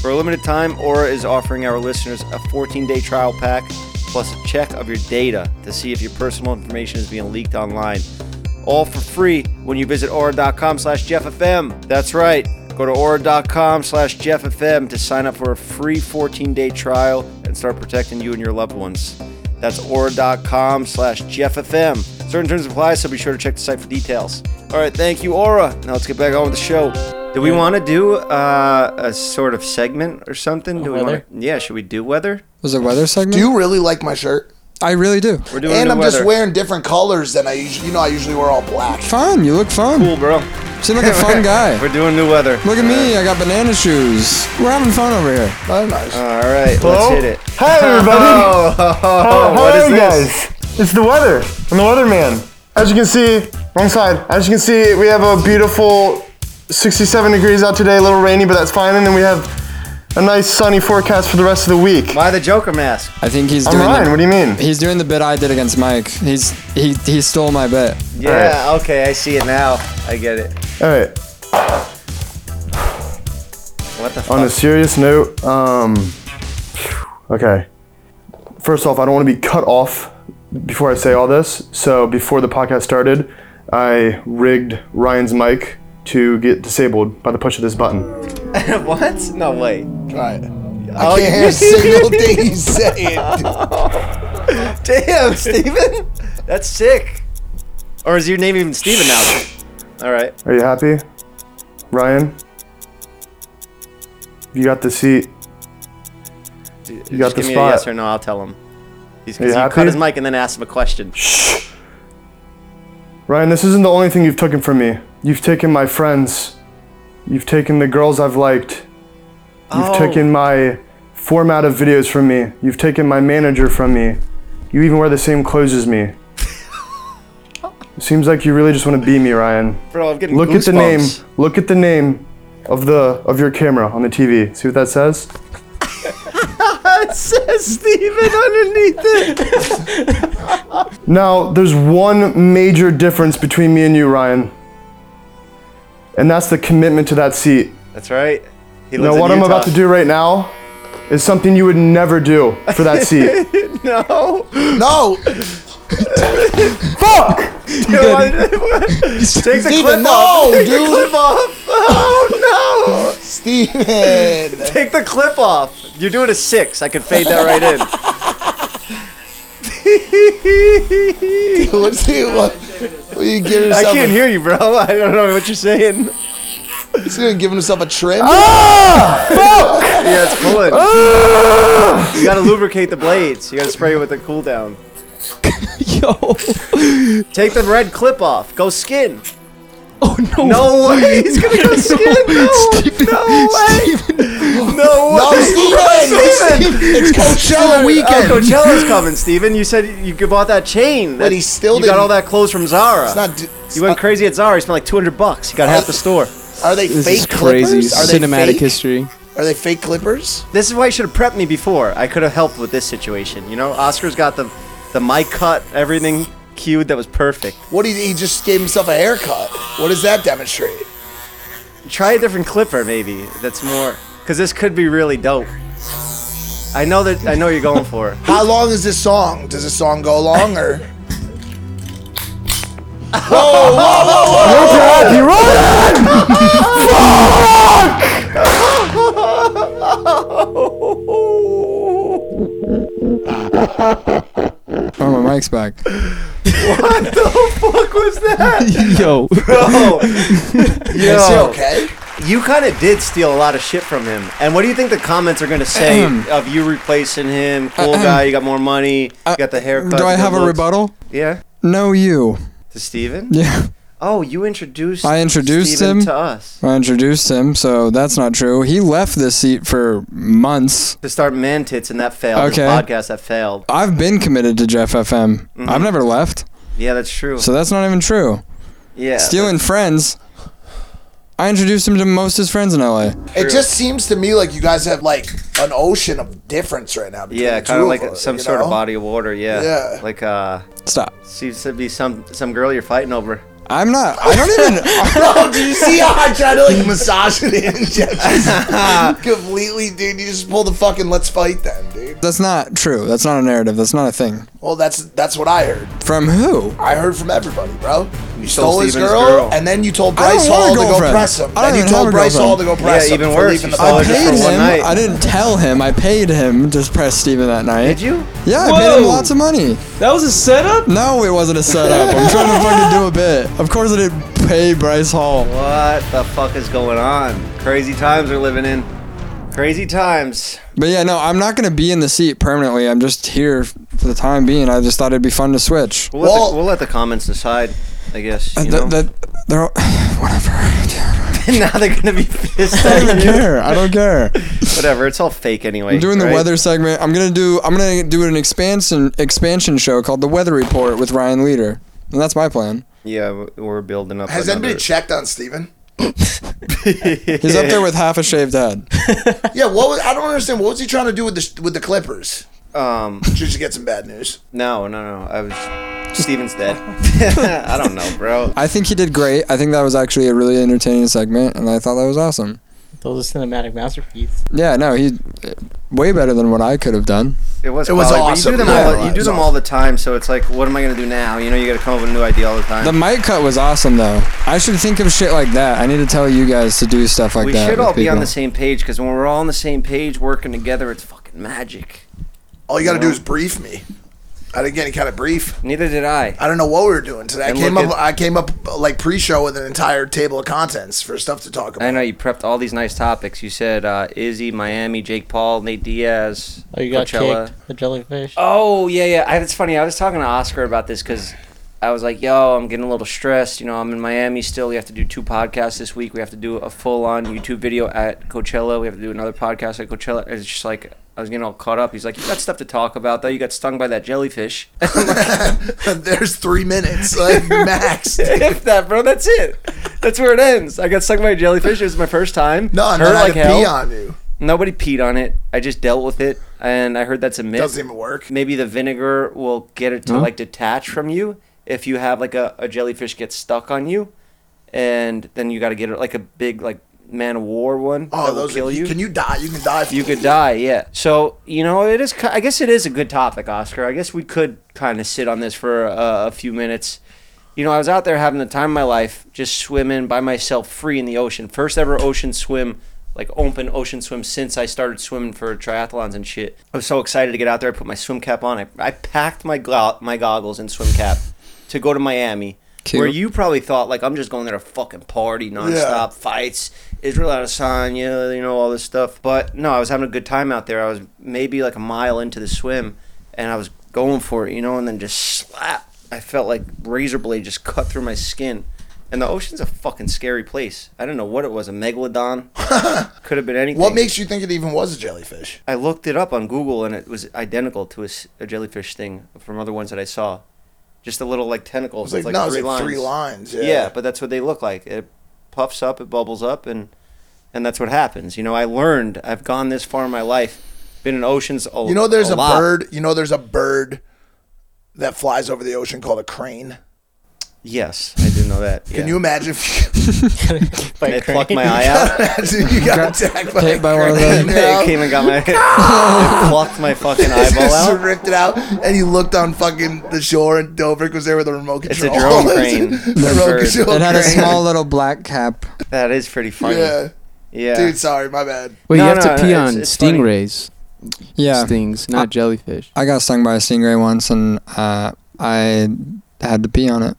S2: For a limited time, Aura is offering our listeners a 14 day trial pack plus a check of your data to see if your personal information is being leaked online all for free when you visit aura.com slash jefffm that's right go to aura.com slash jefffm to sign up for a free 14-day trial and start protecting you and your loved ones that's aura.com slash jefffm certain terms apply so be sure to check the site for details all right thank you aura now let's get back on with the show do we want to do uh, a sort of segment or something? Do we
S7: weather?
S2: want? Yeah, should we do weather?
S4: Was it weather segment?
S1: Do you really like my shirt?
S4: I really do.
S2: We're doing
S1: And
S2: the
S1: I'm
S2: weather.
S1: just wearing different colors than I usually. You know, I usually wear all black.
S4: Fun. You look fun.
S2: cool, bro.
S4: Seem like
S1: [laughs]
S2: [laughs]
S4: a fun guy.
S2: We're doing new weather.
S4: Look at me. I got banana shoes. We're having fun over here. Oh,
S1: Not nice.
S2: All right, let's hit it. [laughs]
S7: Hi everybody!
S2: Oh, what
S7: How
S2: is
S7: are you
S2: this?
S7: guys? It's the weather. I'm the weatherman. As you can see, wrong side. As you can see, we have a beautiful 67 degrees out today, a little rainy, but that's fine. And then we have a nice sunny forecast for the rest of the week.
S2: Why the Joker mask?
S4: I think he's
S7: I'm
S4: doing.
S7: Ryan,
S4: the-
S7: what do you mean?
S4: He's doing the bit I did against Mike. He's he he stole my bit.
S2: Yeah, okay, I see it now. I get it.
S7: Alright,
S2: What the fuck?
S7: on a serious note, um, okay. First off, I don't want to be cut off before I say all this. So before the podcast started, I rigged Ryan's mic to get disabled by the push of this button.
S2: [laughs] what? No way.
S1: Try it.
S2: Oh,
S1: I can't hear a single thing he's saying.
S2: Damn, Steven! That's sick. Or is your name even Steven now? All right.
S7: Are you happy, Ryan? You got the seat.
S2: You Just
S7: got the
S2: give me
S7: spot.
S2: a yes or no, I'll tell him. He's
S7: you
S2: because you
S7: happy?
S2: cut his mic and then asked him a question.
S7: Ryan, this isn't the only thing you've taken from me. You've taken my friends. You've taken the girls I've liked. You've
S2: Oh.
S7: taken my format of videos from me. You've taken my manager from me. You even wear the same clothes as me. it seems like you really just want to be me, Ryan.
S2: Bro, I'm getting
S7: Look at the name.
S2: goosebumps.
S7: Look at the name of the of your camera on the TV. See what that says?
S2: It says Steven underneath it.
S7: Now, there's one major difference between me and you, Ryan. And that's the commitment to that seat.
S2: That's right. He
S5: Now,
S2: lives in
S5: what I'm
S2: Utah.
S5: about to do right now is something you would never do for that
S2: [laughs]
S5: seat.
S2: No. [laughs]
S1: No,
S5: Fuck!
S2: Take the
S1: Steven,
S2: clip
S1: no,
S2: off. Take
S1: dude.
S2: the clip off. Oh no.
S1: Steven.
S2: [laughs] Take the clip off. You're doing a six. I can fade that right
S1: [laughs]
S2: in.
S1: What's he? What? what are you giving
S2: I
S1: yourself?
S2: can't hear you, bro. [laughs] I don't know what you're saying.
S1: a, Steven giving himself a trim.
S2: Ah!
S1: [laughs]
S2: Yeah, it's pulling. you gotta lubricate the blades. You gotta spray it with a cool down.
S4: Yo.
S2: Take the red clip off. Go skin.
S4: Oh no.
S2: No way. He's gonna go skin. No, no way. No way.
S1: No, Steven.
S2: Steven.
S1: It's Coachella
S2: Oh,
S1: weekend.
S2: Coachella's coming, Steven. You said you could bought that chain. But
S1: he still
S2: You got
S1: didn't-
S2: all that clothes from Zara.
S1: It's not. d-
S2: you went crazy at Zara. You spent like 200 bucks. You got half the store.
S1: Are they
S4: This
S1: fake
S4: is crazy.
S1: clippers? Are
S4: Cinematic
S1: they fake?
S4: history.
S1: Are they fake clippers?
S2: This is why you should have prepped me before. I could have helped with this situation. You know, Oscar's got the the mic cut, everything cued that was perfect.
S1: What do you, he just gave himself a haircut? What does that demonstrate?
S2: Try a different clipper, maybe. That's more because this could be really dope. I know that I know you're going
S1: [laughs]
S2: for. it.
S1: How long is this song? Does this song go long or? Whoa, whoa,
S4: [laughs] Oh, my mic's back.
S2: What was that? [laughs]
S4: [laughs] Yo.
S2: Yo,
S1: is he
S2: yo,
S1: okay?
S2: you kind of did steal a lot of shit from him. And what do you think the comments are gonna say of you replacing him? Cool guy, you got more money, you got the haircut.
S4: Uh, Do I
S2: the
S4: have a
S2: looks.
S4: rebuttal?
S2: Yeah,
S4: No, you.
S2: to Steven?
S4: Yeah.
S2: Oh, you introduced.
S4: I introduced
S2: Steven
S4: him.
S2: to us
S4: I introduced him, so that's not true. He left this seat for months.
S2: to start man tits, and that failed. This
S4: Okay.
S2: podcast that failed.
S4: I've been committed to Jeff FM.
S1: Mm-hmm.
S4: I've never left,
S2: Yeah, that's true.
S4: so that's not even true.
S2: yeah,
S4: Stealing friends. I introduced him to most of his friends in LA.
S1: It just seems to me like you guys have like an ocean of difference right now. between
S2: yeah,
S1: the
S2: kind
S1: two
S2: of like
S1: us,
S2: some
S1: you
S2: sort of
S1: know?
S2: body of water. Yeah,
S1: Yeah.
S2: Like uh,
S4: Stop.
S2: seems to be some some girl you're fighting over.
S4: I'm not. I don't
S2: [laughs]
S4: even.
S1: [laughs] Oh, do you see how I tried to
S4: [laughs]
S1: like massage it in? Jeff just completely, dude. You just pull the fucking let's fight then, dude.
S4: That's not true. That's not a narrative. That's not a thing.
S1: Well, that's that's what I heard.
S4: From who?
S1: I heard from everybody, bro. You
S2: stole
S1: stole, his
S2: Steven's
S1: girl,
S2: girl.
S1: and then you told
S4: I don't
S1: Bryce
S4: want a
S1: Hall to go
S4: girlfriend.
S1: press him.
S4: I don't
S1: And you
S4: even have
S1: told
S4: a
S1: Bryce Hall to go
S4: girlfriend.
S1: press
S2: Yeah,
S1: him
S2: even
S1: for
S2: worse,
S1: leaving
S2: you
S1: the
S2: stole
S4: I
S2: Oh,
S1: party.
S2: just for
S4: paid
S2: one
S4: him.
S2: night.
S4: I didn't tell him. I paid him to press Steven that night.
S2: Did you?
S4: Yeah, I paid him
S6: Whoa.
S4: lots of money.
S6: That was a setup?
S4: No, it wasn't a setup. I'm trying to fucking do a bit. Of course, I didn't pay Bryce Hall.
S2: What the fuck is going on? Crazy times we're living in. Crazy times.
S4: But yeah, no, I'm not gonna be in the seat permanently. I'm just here for the time being. I just thought it'd be fun to switch.
S2: We'll, let,
S1: Well- Uh,
S2: the, we'll let the comments decide. I guess. You know?
S4: That, that they're all, [sighs] whatever.
S2: [laughs] now they're gonna be pissed
S4: I don't
S2: at
S4: even
S2: you.
S4: care. I don't care.
S2: Whatever. It's all fake [laughs] anyway.
S4: I'm doing the
S2: right?
S4: weather segment. I'm gonna do. I'm gonna do an expansion expansion show called the Weather Report with Ryan Leader, and that's
S2: [laughs]
S4: my plan.
S2: Yeah, w- we're building up.
S1: Has
S2: another-
S1: anybody checked on Steven?
S4: He's up there with half a shaved head.
S1: Yeah, what was, I don't understand. What was he trying to do with the with the Clippers? [laughs]
S2: Um,
S1: Just to get some bad news.
S2: no, no, no. I was. Steven's dead. I don't know, bro.
S4: I think he did great. I think that was actually a really entertaining segment, and I thought that was awesome.
S6: That was a cinematic masterpiece.
S4: Yeah, no, he way better than what I could have done.
S2: It was.
S1: It was
S2: quality, but
S1: awesome.
S2: You do them,
S1: Yeah,
S2: all,
S1: it
S2: the, you do
S1: was
S2: them all the time, so it's like, what am I gonna do now? You know, you gotta come up with a new idea all the time.
S4: The mic cut was awesome, though. I should think of shit like that. I need to tell you guys to do stuff like
S2: we
S4: that.
S2: should
S4: with
S2: all be on
S4: people.
S2: the same page because when we're all on the same page, working together, it's fucking magic.
S1: All you got to do is brief me. I didn't get any kind of brief.
S2: Neither did I.
S1: I don't know what we were doing today. I
S2: And
S1: came
S2: look
S1: up.
S2: at-
S1: I came up like pre-show with an entire table of contents for stuff to talk about.
S2: I know you prepped all these nice topics. You said uh, Izzy, Miami, Jake Paul, Nate Diaz,
S6: Oh, you got
S2: Coachella.
S6: kicked. The jellyfish.
S2: Oh yeah, yeah. I, it's funny. I was talking to Oscar about this because I was like, "Yo, I'm getting a little stressed. You know, I'm in Miami still. We have to do two podcasts this week. We have to do a full-on YouTube video at Coachella. We have to do another podcast at Coachella." It's just like I was getting all caught up. He's like, "You got stuff to talk about though. You got stung by that jellyfish." [laughs]
S1: There's three minutes, like max. dude.
S2: if that, bro, that's it. That's where it ends. I got stung by a jellyfish. It was my first time.
S1: [laughs] No, and
S2: Hurt
S1: then I
S2: like
S1: had to pee
S2: hell.
S1: on you.
S2: Nobody peed on it. I just dealt with it, and I heard that's a myth.
S1: Doesn't even work.
S2: Maybe the vinegar will get it to like detach from you if you have like a, a jellyfish gets stuck on you, and then you got to get it like a big like Man of War one.
S1: Oh,
S2: that will
S1: those
S2: kill
S1: are,
S2: you.
S1: Can you die? You can die. If
S2: You could die, yeah. So you know, it is. ki- I guess it is a good topic, Oscar. I guess we could kind of sit on this for uh, a few minutes. You know, I was out there having the time of my life, just swimming by myself, free in the ocean. First ever ocean swim, like open ocean swim since I started swimming for triathlons and shit. I was so excited to get out there. I put my swim cap on. I, I packed my glo- my goggles and swim cap to go to Miami.
S4: Cute.
S2: Where you probably thought like I'm just going there to fucking party nonstop, fights, Israel Adesanya, you know all this stuff. But no, I was having a good time out there. I was maybe like a mile into the swim, and I was going for it, you know, and then just slap. I felt like razor blade just cut through my skin. And the ocean's a fucking scary place. I don't know what it was, a megalodon. Could have been anything.
S1: what makes you think it even was a jellyfish?
S2: I looked it up on Google and it was identical to a, s- a jellyfish thing from other ones that I saw. Just a little like tentacle.
S1: It's like, no, it's like three lines. Yeah.
S2: Yeah. but that's what they look like. It puffs up, it bubbles up, and and that's what happens. You know, I learned. I've gone this far in my life, been in oceans. A,
S1: you know, there's a,
S2: lot.
S1: bird. You know, there's a bird that flies over the ocean called a crane.
S2: Yes, I do know that.
S1: Can you imagine if you,
S2: [laughs]
S6: By
S2: I
S6: crane.
S2: plucked my eye
S1: [laughs]
S2: out.
S1: imagine you got attacked by,
S4: Hit
S1: a
S4: by one of
S1: crane,
S2: and
S4: them.
S1: you
S2: they
S1: know?
S2: came and
S1: [laughs]
S2: got my. [laughs] plucked my fucking eyeball
S1: Just
S2: out.
S1: ripped it out, and he looked on fucking the shore, and Dobrik was there with a remote
S2: It's a
S1: control.
S2: drone crane.
S1: [laughs] The
S2: They're
S1: remote
S2: birds.
S1: control
S4: It had a
S1: crane.
S4: small little black cap.
S2: That is pretty funny.
S1: Yeah.
S2: Yeah. yeah.
S1: dude. Sorry, my bad.
S7: Well,
S2: No,
S7: you have
S2: no,
S7: to pee
S2: no, it's-
S7: on
S2: it's funny.
S7: stingrays,
S4: Yeah.
S7: stings, not jellyfish.
S4: I got stung by a stingray once and uh, I had to pee on it.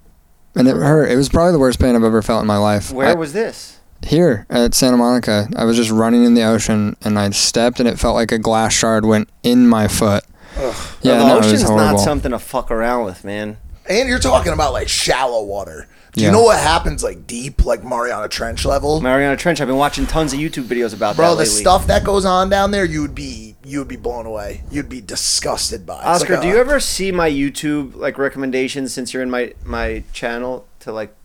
S4: And it hurt. It was probably the worst pain I've ever felt in my life.
S2: Where
S4: I-
S2: was this?
S4: here at Santa Monica. I was just running in the ocean and I stepped and it felt like a glass shard went in my foot. Yeah,
S2: the
S4: no, it was
S2: ocean's not
S4: horrible.
S2: something to fuck around with, man.
S1: And you're talking about like shallow water. Do you
S4: Yeah.
S1: know what happens like deep, like Mariana Trench level?
S2: Mariana Trench. I've been watching tons of YouTube videos about
S1: Bro,
S2: that
S1: the
S2: lately.
S1: stuff that goes on down there, you would be you would be blown away. You'd be disgusted by. It's
S2: Oscar,
S1: like
S2: do
S1: a-
S2: you ever see my YouTube like recommendations since you're in my my channel to like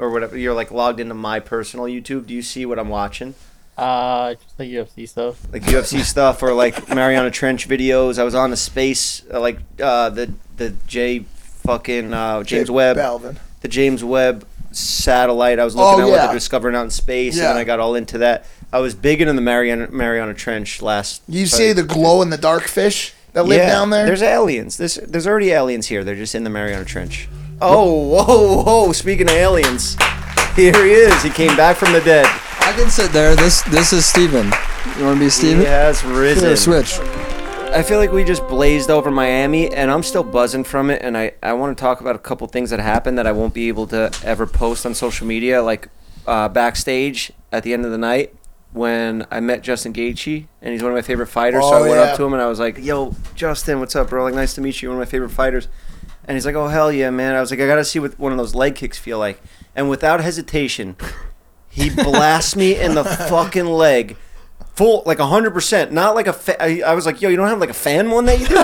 S2: or whatever you're like logged into my personal YouTube? Do you see what I'm watching?
S6: Uh, just like UFC stuff.
S2: Like UFC stuff or
S1: [laughs]
S2: like Mariana Trench videos. I was on the space uh, like uh the the J fucking uh James
S1: Jay
S2: Webb
S1: Belvin.
S2: the James Webb satellite. I was looking
S1: Oh,
S2: at what
S1: yeah.
S2: they're discovering out in space
S1: Yeah.
S2: and then I got all into that. I was big into the Mariana Mariana Trench last
S1: You see the glow in the dark fish that live down there?
S2: There's aliens. There's there's already aliens here. They're just in the Mariana Trench. Oh, whoa, whoa! Speaking of aliens, here he is. He came back from the dead.
S4: I can sit there. This this is Steven. You want to be
S2: He
S4: Steven?
S2: has risen.
S4: Here, switch.
S2: I feel like we just blazed over Miami, and I'm still buzzing from it. And I, I want to talk about a couple things that happened that I won't be able to ever post on social media, like uh, backstage at the end of the night when I met Justin Gaethje, and he's one of my favorite fighters. so
S1: Oh,
S2: I went
S1: yeah.
S2: up to him and I was like, "Yo, Justin, what's up, bro? Like, nice to meet you. You're One of my favorite fighters." And he's like, "Oh hell yeah, man!" I was like, "I gotta see what one of those leg kicks feel like." And without hesitation, he blasts me in [laughs] the fucking leg full like 100% not like a fa- I, I was like yo you don't have like a fan one that you do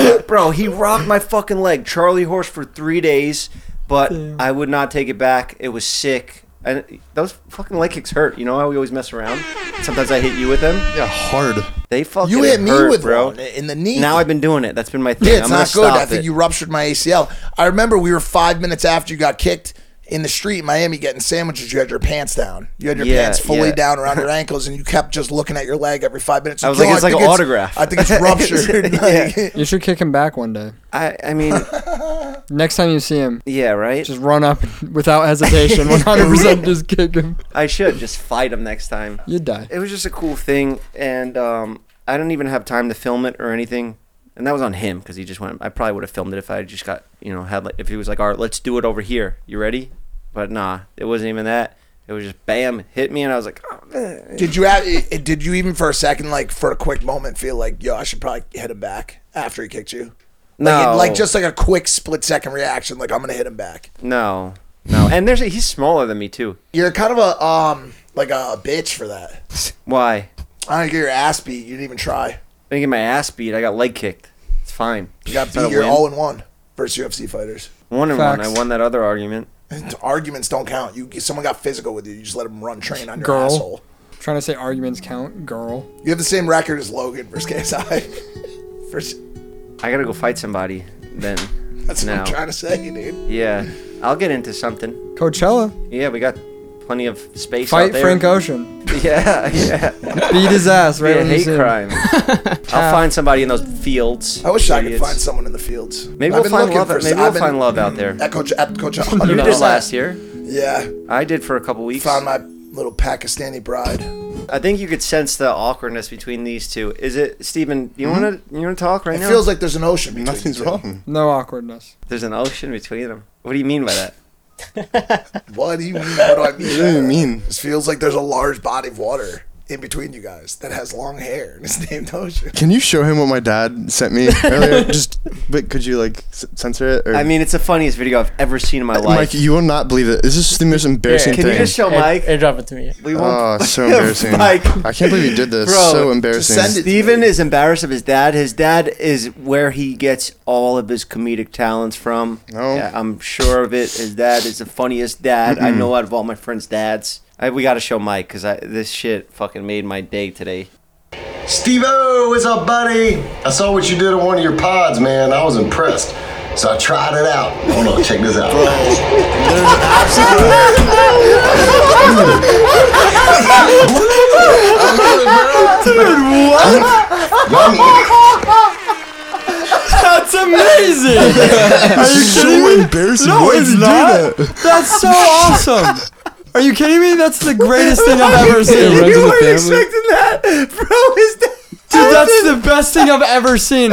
S2: [laughs] you know bro he rocked my fucking leg charlie horse for three days but i would not take it back it was sick and those fucking leg kicks hurt you know how we always mess around sometimes i hit you with them
S5: Yeah, hard.
S2: they fucking
S1: you hit me
S2: hurt,
S1: with
S2: bro
S1: one in the knee.
S2: now i've been doing it that's been my thing
S1: Yeah, it's
S2: i'm
S1: not
S2: gonna
S1: good.
S2: stop
S1: I think
S2: it.
S1: you ruptured my ACL. I remember we were five minutes after you got kicked in the street in Miami getting sandwiches. You had your pants down. You had your
S2: Yeah,
S1: pants fully
S2: yeah.
S1: down around
S2: [laughs]
S1: your ankles, and you kept just looking at your leg every five minutes.
S2: I was
S1: Yo,
S2: like, it's like
S1: think
S2: an autograph.
S1: I think
S2: [laughs]
S1: it's ruptured. Like,
S4: You should kick him back one day.
S2: I, I mean
S4: [laughs] Next time you see him,
S2: yeah right
S4: just run up without
S2: [laughs]
S4: hesitation. 100% just kick him.
S2: i should just fight him next time
S4: You'd die.
S2: it was just a cool thing, and um, I didn't even have time to film it or anything. And that was on him because he just went. I probably would have filmed it if I just got, you know, had like if he was like, all right, let's do it over here. You ready? But nah, it wasn't even that. It was just bam, hit me, and I was like, oh, man.
S1: did you have, eh, did you even for a second, like for a quick moment, feel like yo, I should probably hit him back after he kicked you? Like,
S2: no,
S1: like just like a quick split second reaction, like I'm gonna hit him back.
S2: no, no. And there's he's smaller than me too.
S1: You're kind of a um like a bitch for that.
S2: Why?
S1: I don't get your ass beat. You didn't even try.
S2: I didn't get my ass beat. I got leg kicked. It's fine.
S1: You got
S2: Is that a
S1: beat. You're
S2: win?
S1: all in one versus UFC fighters.
S2: one and
S4: Facts.
S2: one. I won that other argument.
S1: Arguments don't count. You someone got physical with you. You just let them run train on your
S4: Girl.
S1: asshole.
S4: Trying to say arguments count, girl.
S1: You have the same record as Logan versus [laughs] KSI. versus,
S2: I gotta go fight somebody then.
S1: [laughs] that's what
S2: No.
S1: I'm trying to say, dude.
S2: Yeah, I'll get into something.
S4: Coachella.
S2: Yeah, we got plenty of space out
S4: Fight
S2: there.
S4: Frank Ocean.
S2: [laughs] Yeah, yeah.
S4: [laughs] Beat his ass right
S2: Be a
S4: when Ah. you
S2: hate
S4: see him. [laughs]
S2: crime. I'll find somebody in those fields.
S1: I wish I could
S2: Idiots.
S1: find someone in the fields.
S2: Maybe
S1: I've
S2: we'll
S1: been
S2: find
S1: looking
S2: love.
S1: for-
S2: Maybe
S1: I've
S2: we'll
S1: been
S2: find love out there.
S1: At Coach, at
S4: [laughs]
S1: Coach,
S2: You did
S6: No.
S2: last year.
S1: yeah,
S2: I did for a couple weeks.
S1: found my little Pakistani bride.
S2: I think you could sense the awkwardness between these two. Is it Stephen? You
S1: Mm-hmm.
S2: wanna
S4: Mm-hmm.
S2: you wanna talk right
S1: It
S2: now?
S1: feels like there's an ocean. Between
S7: Nothing's
S1: the two.
S7: wrong.
S2: [laughs]
S4: No awkwardness.
S2: There's an ocean between them. What do you mean by
S7: [laughs]
S2: that?
S1: What do you mean? What do I mean?
S7: What do you mean?
S1: This feels like there's a large body of water in between you guys that has long hair and it's named Ocean.
S7: Can you show him what my dad sent me
S5: [laughs]
S7: earlier? Just, but could you like s- censor it? Or?
S2: I mean, it's the funniest video I've ever seen in my life.
S7: Mike, you will not believe it. This is the most embarrassing
S2: Can
S7: thing.
S2: you just show Mike?
S6: Air, airdrop it to me.
S2: We
S7: Oh, so
S2: Yeah,
S7: embarrassing.
S2: Mike.
S7: I can't believe you did this.
S2: Bro,
S7: so
S2: to
S7: embarrassing.
S1: send it-
S2: Steven is embarrassed of his dad. His dad is where he gets all of his comedic talents from.
S7: No.
S2: Yeah, I'm sure of it. His dad is the funniest dad I know out of all my friends' dads. I, we got to show Mike because this shit fucking made my day today.
S8: Steve O, what's up, buddy? I saw what you did on one of your pods, man. I was impressed. So I tried it out. Hold on, check this out.
S2: [laughs]
S4: That's
S7: [laughs]
S4: amazing. Are you kidding me?
S7: so embarrassing.
S4: No,
S7: Why did
S4: it's
S7: you do
S4: not.
S7: that?
S4: That's so awesome. Are you kidding me? That's the greatest thing I've ever seen.
S7: You
S4: Dude,
S7: weren't expecting
S2: that, bro. His dad.
S4: that's the best thing I've ever seen.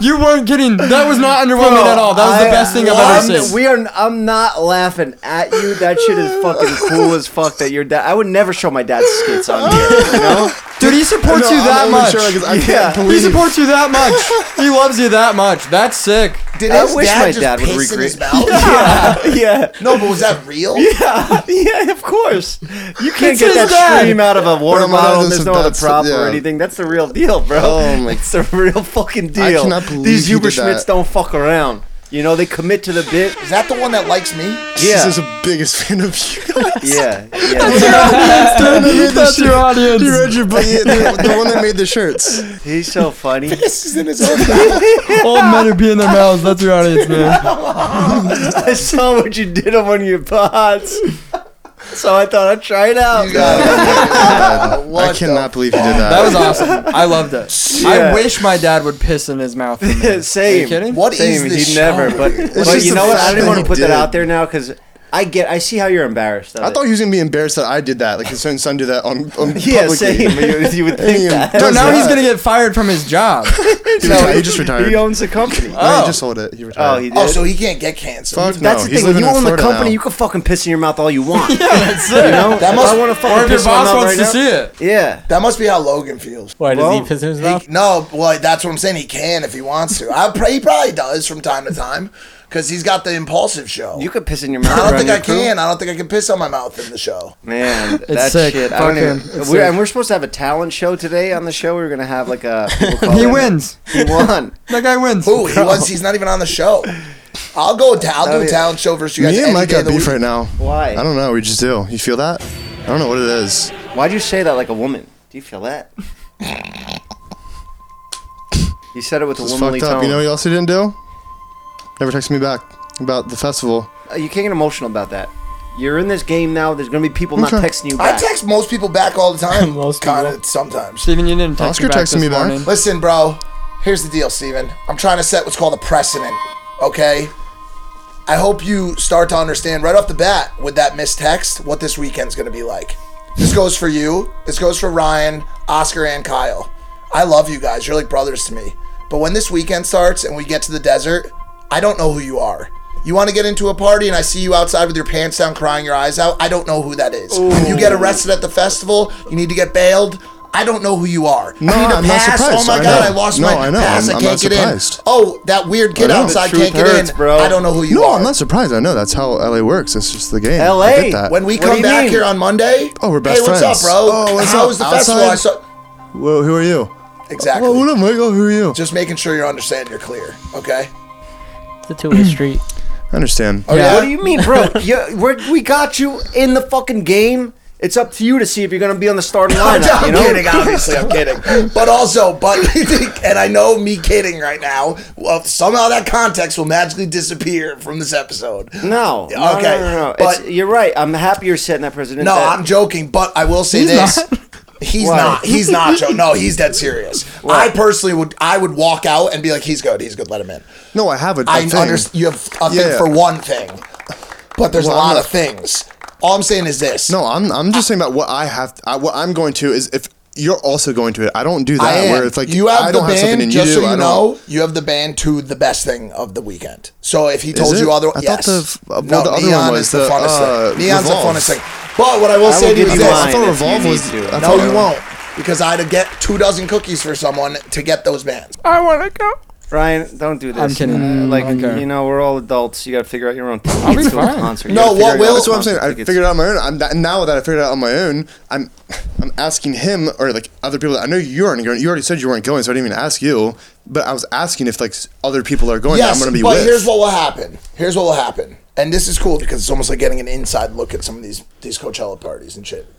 S4: You weren't kidding. That was not underwhelming at all. That was the best thing I've ever seen.
S2: We are. I'm not laughing at you. That shit is fucking cool as fuck. That your dad. I would never show my dad's skits on here. You know?
S4: Dude, he supports you
S7: I'm not
S4: that much.
S7: even sure, 'cause I
S2: Yeah.
S7: can't
S4: he
S7: believe.
S4: supports you that much. He loves you that much. That's sick.
S1: Did
S2: I
S1: his
S2: wish
S1: dad
S2: my
S1: just
S2: dad would
S1: piss in
S2: regret-
S1: his mouth?
S2: [laughs] yeah.
S1: No, but was that real?
S2: Yeah, [laughs] yeah, of course. You can't
S4: It's
S2: get
S4: his
S2: that
S4: dad.
S2: stream out of a water
S7: What am I
S2: bottle.
S7: doing
S2: There's
S7: some
S2: no other
S7: bad
S2: prop
S7: stuff?
S2: or
S7: Yeah.
S2: anything. That's the real deal, bro.
S7: Oh
S2: [laughs]
S7: my-
S2: It's the real fucking deal.
S7: cannot believe
S2: These
S7: you did
S2: Uberschmidts
S7: that.
S2: don't fuck around. You know, they commit to the bit.
S1: Is that the one that likes me?
S7: This
S2: Yeah. [laughs]
S7: is the biggest fan of you.
S2: yeah, yeah.
S4: That's your audience.
S7: you read your
S2: [laughs]
S7: book, yeah, the, the one that made the shirts.
S2: He's so funny. Oh,
S1: This is in his
S2: [laughs]
S1: own mouth.
S4: Old men are being their mouths. That's your
S9: [laughs]
S4: audience, man.
S2: I saw what you did on one of your pods. So I thought I'd try it out.
S7: I cannot believe you did that.
S4: That was awesome. I loved it.
S2: Yeah.
S4: I wish my dad would piss in his mouth. For me. Are you
S2: Same.
S4: kidding?
S1: What is
S2: Same.
S1: this
S2: He
S1: show?
S2: never. But, but
S7: just
S2: you
S7: a
S2: know what? I
S7: fact
S2: didn't
S7: that
S2: want to
S7: he
S2: put that
S7: did.
S2: out there now because I get. I see how you're embarrassed. Of
S7: I
S2: it.
S7: thought he was gonna be embarrassed that I did that. Like his own son did that on,
S2: [laughs]
S7: on
S2: Yeah,
S7: publicly. [laughs]
S2: same. You, you would think
S7: Damn.
S2: that.
S7: No,
S4: No,
S7: Does
S4: now
S7: not.
S1: [laughs]
S4: he's gonna get fired from his
S7: [laughs]
S4: job.
S7: He,
S2: No,
S7: retired- he just retired.
S2: [laughs] He owns the company.
S7: No,
S4: Oh.
S7: he just sold it. He
S2: Oh,
S7: retired.
S2: he did.
S1: Oh, so he can't get cancer.
S7: Fuck
S2: that's
S7: no.
S2: the
S7: He's
S2: thing. When
S7: living
S2: you
S7: in
S2: own the
S7: Florida
S2: company,
S7: now.
S2: you can fucking piss in your mouth all you want. yeah,
S4: That's it.
S2: you know?
S1: That must-
S2: I want to
S4: Or
S2: fucking
S4: if your
S2: piss in my
S4: boss
S2: mouth
S4: wants
S2: right
S4: to
S2: now.
S4: see it.
S2: Yeah.
S1: That must be how Logan feels.
S6: Why does
S2: Well,
S6: he piss in his
S1: He-
S6: mouth?
S1: no, well, that's what I'm saying. He can if he wants to. I pray he probably does from time to time because he's got the impulsive show.
S2: You could piss in your mouth.
S1: I don't
S2: around
S1: think
S2: your
S1: I
S2: crew.
S1: can. I don't think I can piss on my mouth in the show.
S2: Man, that
S4: sick.
S2: shit. I
S4: Fuck
S2: don't even,
S4: him. It's
S2: we're,
S4: sick.
S2: and we're supposed to have a talent show today on the show. We are gonna have like a.
S4: He wins.
S2: He
S7: [laughs]
S2: won.
S4: That guy wins.
S1: Ooh, he was. He's not even on the show. I'll go. ta- I'll do a
S2: yeah.
S1: talent show versus you guys.
S7: Me and
S1: any
S7: Mike
S1: day of
S7: got
S1: the
S7: beef
S1: week.
S7: right now.
S2: Why?
S7: I don't know. We just do. You feel that? I don't know what it is.
S2: Why'd you say that like a woman? Do you feel that? You said it with a
S7: It's
S2: womanly
S7: fucked up.
S2: tone.
S7: You know what he also didn't do? Never texted me back about the festival.
S2: Uh, you can't get emotional about that. You're in this game now. There's gonna be people not
S7: Okay.
S2: texting you
S1: I
S2: back.
S1: text most people back all the
S2: [laughs]
S1: time.
S6: Most
S1: kind
S6: people.
S1: of sometimes.
S4: Steven, you didn't text
S7: Oscar
S4: me back
S7: texted
S4: this
S7: me back.
S4: morning.
S1: Listen, bro. Here's the deal, Steven. I'm trying to set what's called a precedent. Okay. I hope you start to understand right off the bat with that missed text what this weekend's gonna be like. This goes for you. This goes for Ryan, Oscar, and Kyle. I love you guys. You're like brothers to me. But when this weekend starts and we get to the desert, I don't know who you are. You want to get into a party and I see you outside with your pants down, crying your eyes out. I don't know who that is. If you get arrested at the festival, you need to get bailed. I don't know who you are.
S7: No,
S1: I need to
S7: I'm not
S1: pass.
S7: surprised.
S1: Oh my
S7: I
S1: god,
S7: know.
S1: I lost
S7: No,
S1: my
S7: I know.
S1: pass.
S7: I'm-
S1: I
S7: I'm
S1: can't
S7: not
S1: get
S7: surprised.
S1: in. Oh, that weird kid
S7: I know.
S1: outside
S2: The truth
S1: can't get
S2: hurts,
S1: in.
S2: bro.
S1: I don't know who you
S7: No,
S1: are.
S7: I'm not surprised. I know that's how LA works. That's just the game. I
S2: LA,
S7: get that.
S1: when we
S2: What do
S1: come
S2: you
S1: back
S2: mean?
S1: here on Monday.
S7: Oh, we're best
S1: Hey, what's
S7: friends.
S1: up, bro?
S7: Oh, what's
S1: How
S7: up?
S1: was the festival? I
S7: Outside?
S1: saw-
S7: Whoa, who are you?
S1: Exactly.
S7: Well, what up, Michael? Who are you?
S1: Just making sure you're understanding. You're clear. Okay.
S6: It's a
S7: [clears throat]
S6: two-way street.
S7: I understand.
S1: Oh, yeah. [laughs]
S2: What do you mean, bro? you, we're, we got you in the fucking game. It's up to you to see if you're going to be on
S1: [laughs]
S2: the starting
S1: I'm
S2: lineup. You know?
S1: kidding, obviously, I'm kidding. But also, but [laughs] and I know me kidding right now. Well, somehow that context will magically disappear from this episode.
S2: No.
S1: Okay,
S2: No, no, no, no. It's-
S1: but-
S2: you're right. I'm happy you're setting that president.
S1: No,
S2: that-
S1: I'm joking, but I will say
S4: He's
S1: this.
S4: not.
S1: He's
S2: Why?
S1: not. He's not
S7: [laughs]
S1: joking. No, he's dead serious. I personally would. I would walk out and be like, "He's good. He's good. Let him in."
S7: No, I have a
S1: I
S7: thing.
S1: understand. You have a
S7: Yeah,
S1: thing
S7: yeah.
S1: for one thing, but there's
S7: Well,
S1: a
S7: I'm
S1: lot
S7: not-
S1: of things. All I'm saying is this.
S7: No, I'm I'm just saying about what I have. I, what I'm going to is if you're also going to it. I don't do that.
S1: I am.
S7: Where it's like
S1: you have
S7: I
S1: the
S7: don't have
S1: band.
S7: something and you
S1: just
S7: do.
S1: so
S7: I
S1: you
S7: don't-
S1: know, you have the band to the best thing of the weekend. So if he
S7: Is
S1: told
S7: it?
S1: you other,
S7: I thought
S1: yes.
S7: the f- well,
S1: no,
S7: the other one
S1: neon
S7: was
S1: is the,
S7: the,
S1: funnest
S7: uh,
S1: thing. Neon's
S7: Revolve.
S1: the funnest thing. But what I will
S2: I will
S1: say to you
S2: give
S1: is
S2: you
S1: this:
S2: mine.
S7: I thought
S2: if you
S7: Revolve
S2: need
S7: was.
S2: to.
S7: I
S1: No,
S7: thought
S1: you won't, because I had to get two dozen cookies for someone to get those bands.
S4: I want to go.
S2: Ryan, don't do this.
S4: I'm kidding.
S2: Uh, like
S4: Okay.
S2: you know, we're all adults. You got to figure out your own.
S4: I'll be
S2: tickets to a
S4: fine.
S2: concert. You
S1: No,
S2: gotta figure
S1: what
S2: out
S1: will-
S2: your
S7: That's what I'm saying.
S2: concert
S7: I
S2: tickets.
S7: figured it out on my own. I'm that, now that I figured it out on my own, I'm I'm asking him or like other people. I know you aren't going. You already said you weren't going, so I didn't even ask you. But I was asking if like s- other people are going. that
S1: Yes,
S7: I'm going to be
S1: but
S7: with.
S1: here's what will happen. Here's what will happen, and this is cool because it's almost like getting an inside look at some of these these Coachella parties and shit.